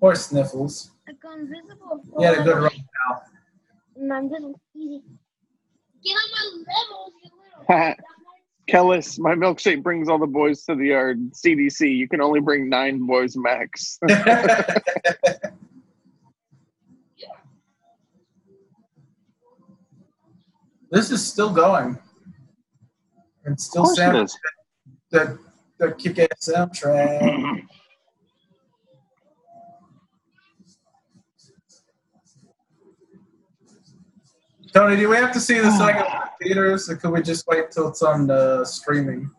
Or sniffles.
I go invisible.
He had a good run. [laughs]
And I'm just easy. Get on my level, you
Haha.
[laughs]
little.
Kellis, my milkshake brings all the boys to the yard. CDC, you can only bring nine boys max.
this is still going. And
Of
still
course it
sound
is.
the the kick ass soundtrack. Tony, do we have to see the
Hmm.
second one in theaters or could we just wait till it's on the streaming?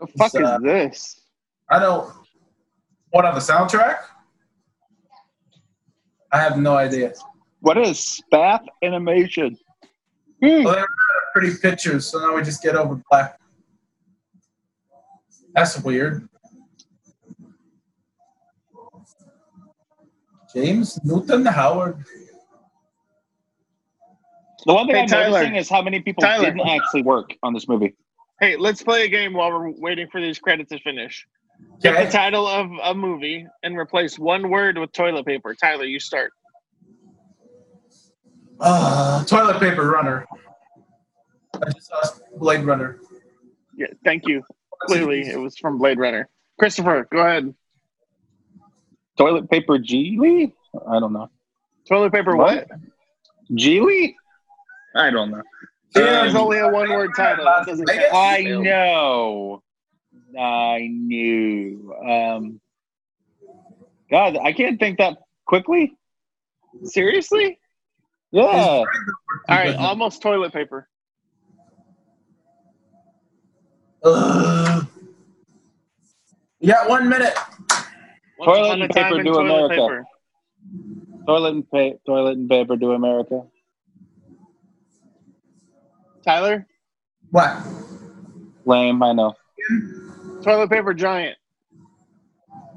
the fuck
Uh,
is this?
I don't what on the soundtrack? I have no idea.
What is Spath Animation?
Well, they were pretty pictures, so now we just get over black. That's weird. James Newton Howard.
The one thing
Hey,
I'm
Tyler.
noticing is how many people
Tyler.
didn't actually work on this movie.
Hey, let's play a game while we're waiting for these credits to finish. Pick the
Okay.
title of a movie and replace one word with toilet paper. Tyler, you start.
Uh, toilet paper runner. I just saw Blade Runner.
Yeah, thank you. Clearly, it was from Blade Runner. Christopher, go ahead.
Toilet paper Geely? I don't know.
Toilet paper, what?
Geely?
I don't know.
There's
Um,
only a one word title. That doesn't count.
I
Yeah.
know. I knew. Um, God, I can't think that quickly.
Seriously?
Yeah.
All right,
Mm-hmm.
um almost toilet paper.
Ugh. You got one minute.
Once
Toilet
upon a
and
time
paper
in
do
toilet
America.
paper.
Toilet and pa- toilet and paper do America.
Tyler,
What?
Lame, I know.
toilet paper giant.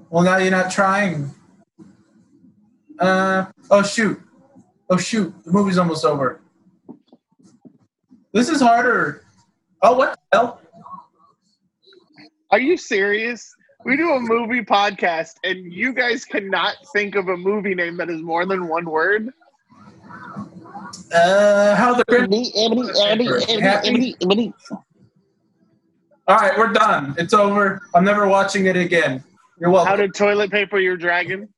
Well, now you're not trying. Uh, oh, shoot. Oh, shoot. The movie's almost over. This is harder. Oh, what the hell?
Are you serious? We do a movie podcast, and you guys cannot think of a movie name that is more than one word.
Uh, how the Grinch. Happy? All right, we're done. It's over. I'm never watching it again. You're welcome.
How did toilet paper your dragon?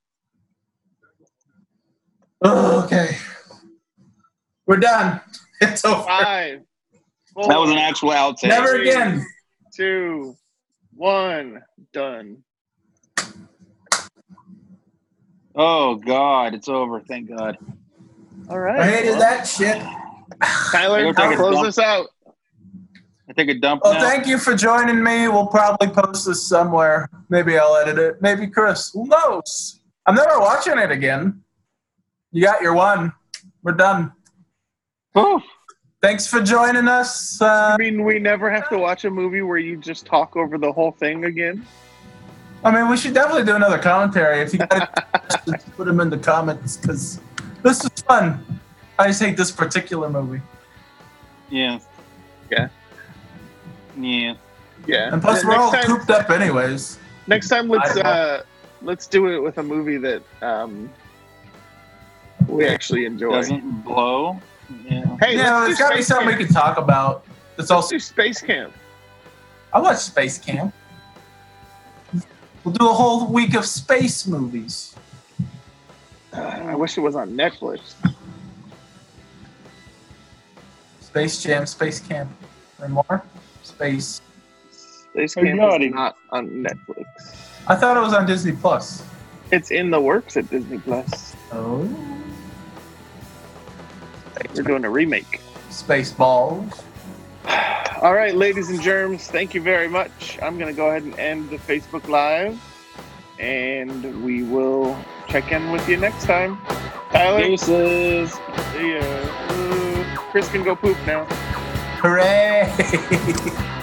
Oh, okay. We're done. [laughs] It's over.
Five. Four,
That was an actual outtake.
Never again.
two, one, done.
Oh God, it's over. Thank God.
All
I
right.
hated
well,
that shit.
I
Tyler,
gotta take a
close
dump.
this out.
I take a dump
Well,
now.
Oh, thank you for joining me. We'll probably post this somewhere. Maybe I'll edit it. Maybe Chris. Who knows? I'm never watching it again. You got your one. We're done.
Whew.
Thanks for joining us. Uh,
I mean, we never have to watch a movie where you just talk over the whole thing again.
I mean, we should definitely do another commentary. If you got any questions, put them in the comments because this was fun. I just hate this particular movie.
Yeah.
Yeah.
Yeah.
Yeah.
And plus, we're
next
all
time,
cooped up anyways.
next time, let's
I don't know.
uh, let's do it with a movie that um, we actually enjoy.
Doesn't blow. Yeah.
Hey,
Yeah, there's
let's do
got to be
Space
something
Camp.
we can talk about. It's
Let's
also
do Space Camp.
I watched Space Camp. We'll do a whole week of space movies.
I wish it was on Netflix.
Space Jam, Space Camp, and more. Space.
Space
Hey,
Camp
Naughty.
is not on Netflix.
I thought it was on Disney Plus.
It's in the works at Disney Plus.
Oh.
They're doing a remake. [sighs]
Spaceballs.
All right, ladies and germs, thank you very much. I'm going to go ahead and end the Facebook Live, and we will check in with you next time. Tyler,
Deuces.
see ya. Ooh, Chris can go poop now.
Hooray! [laughs]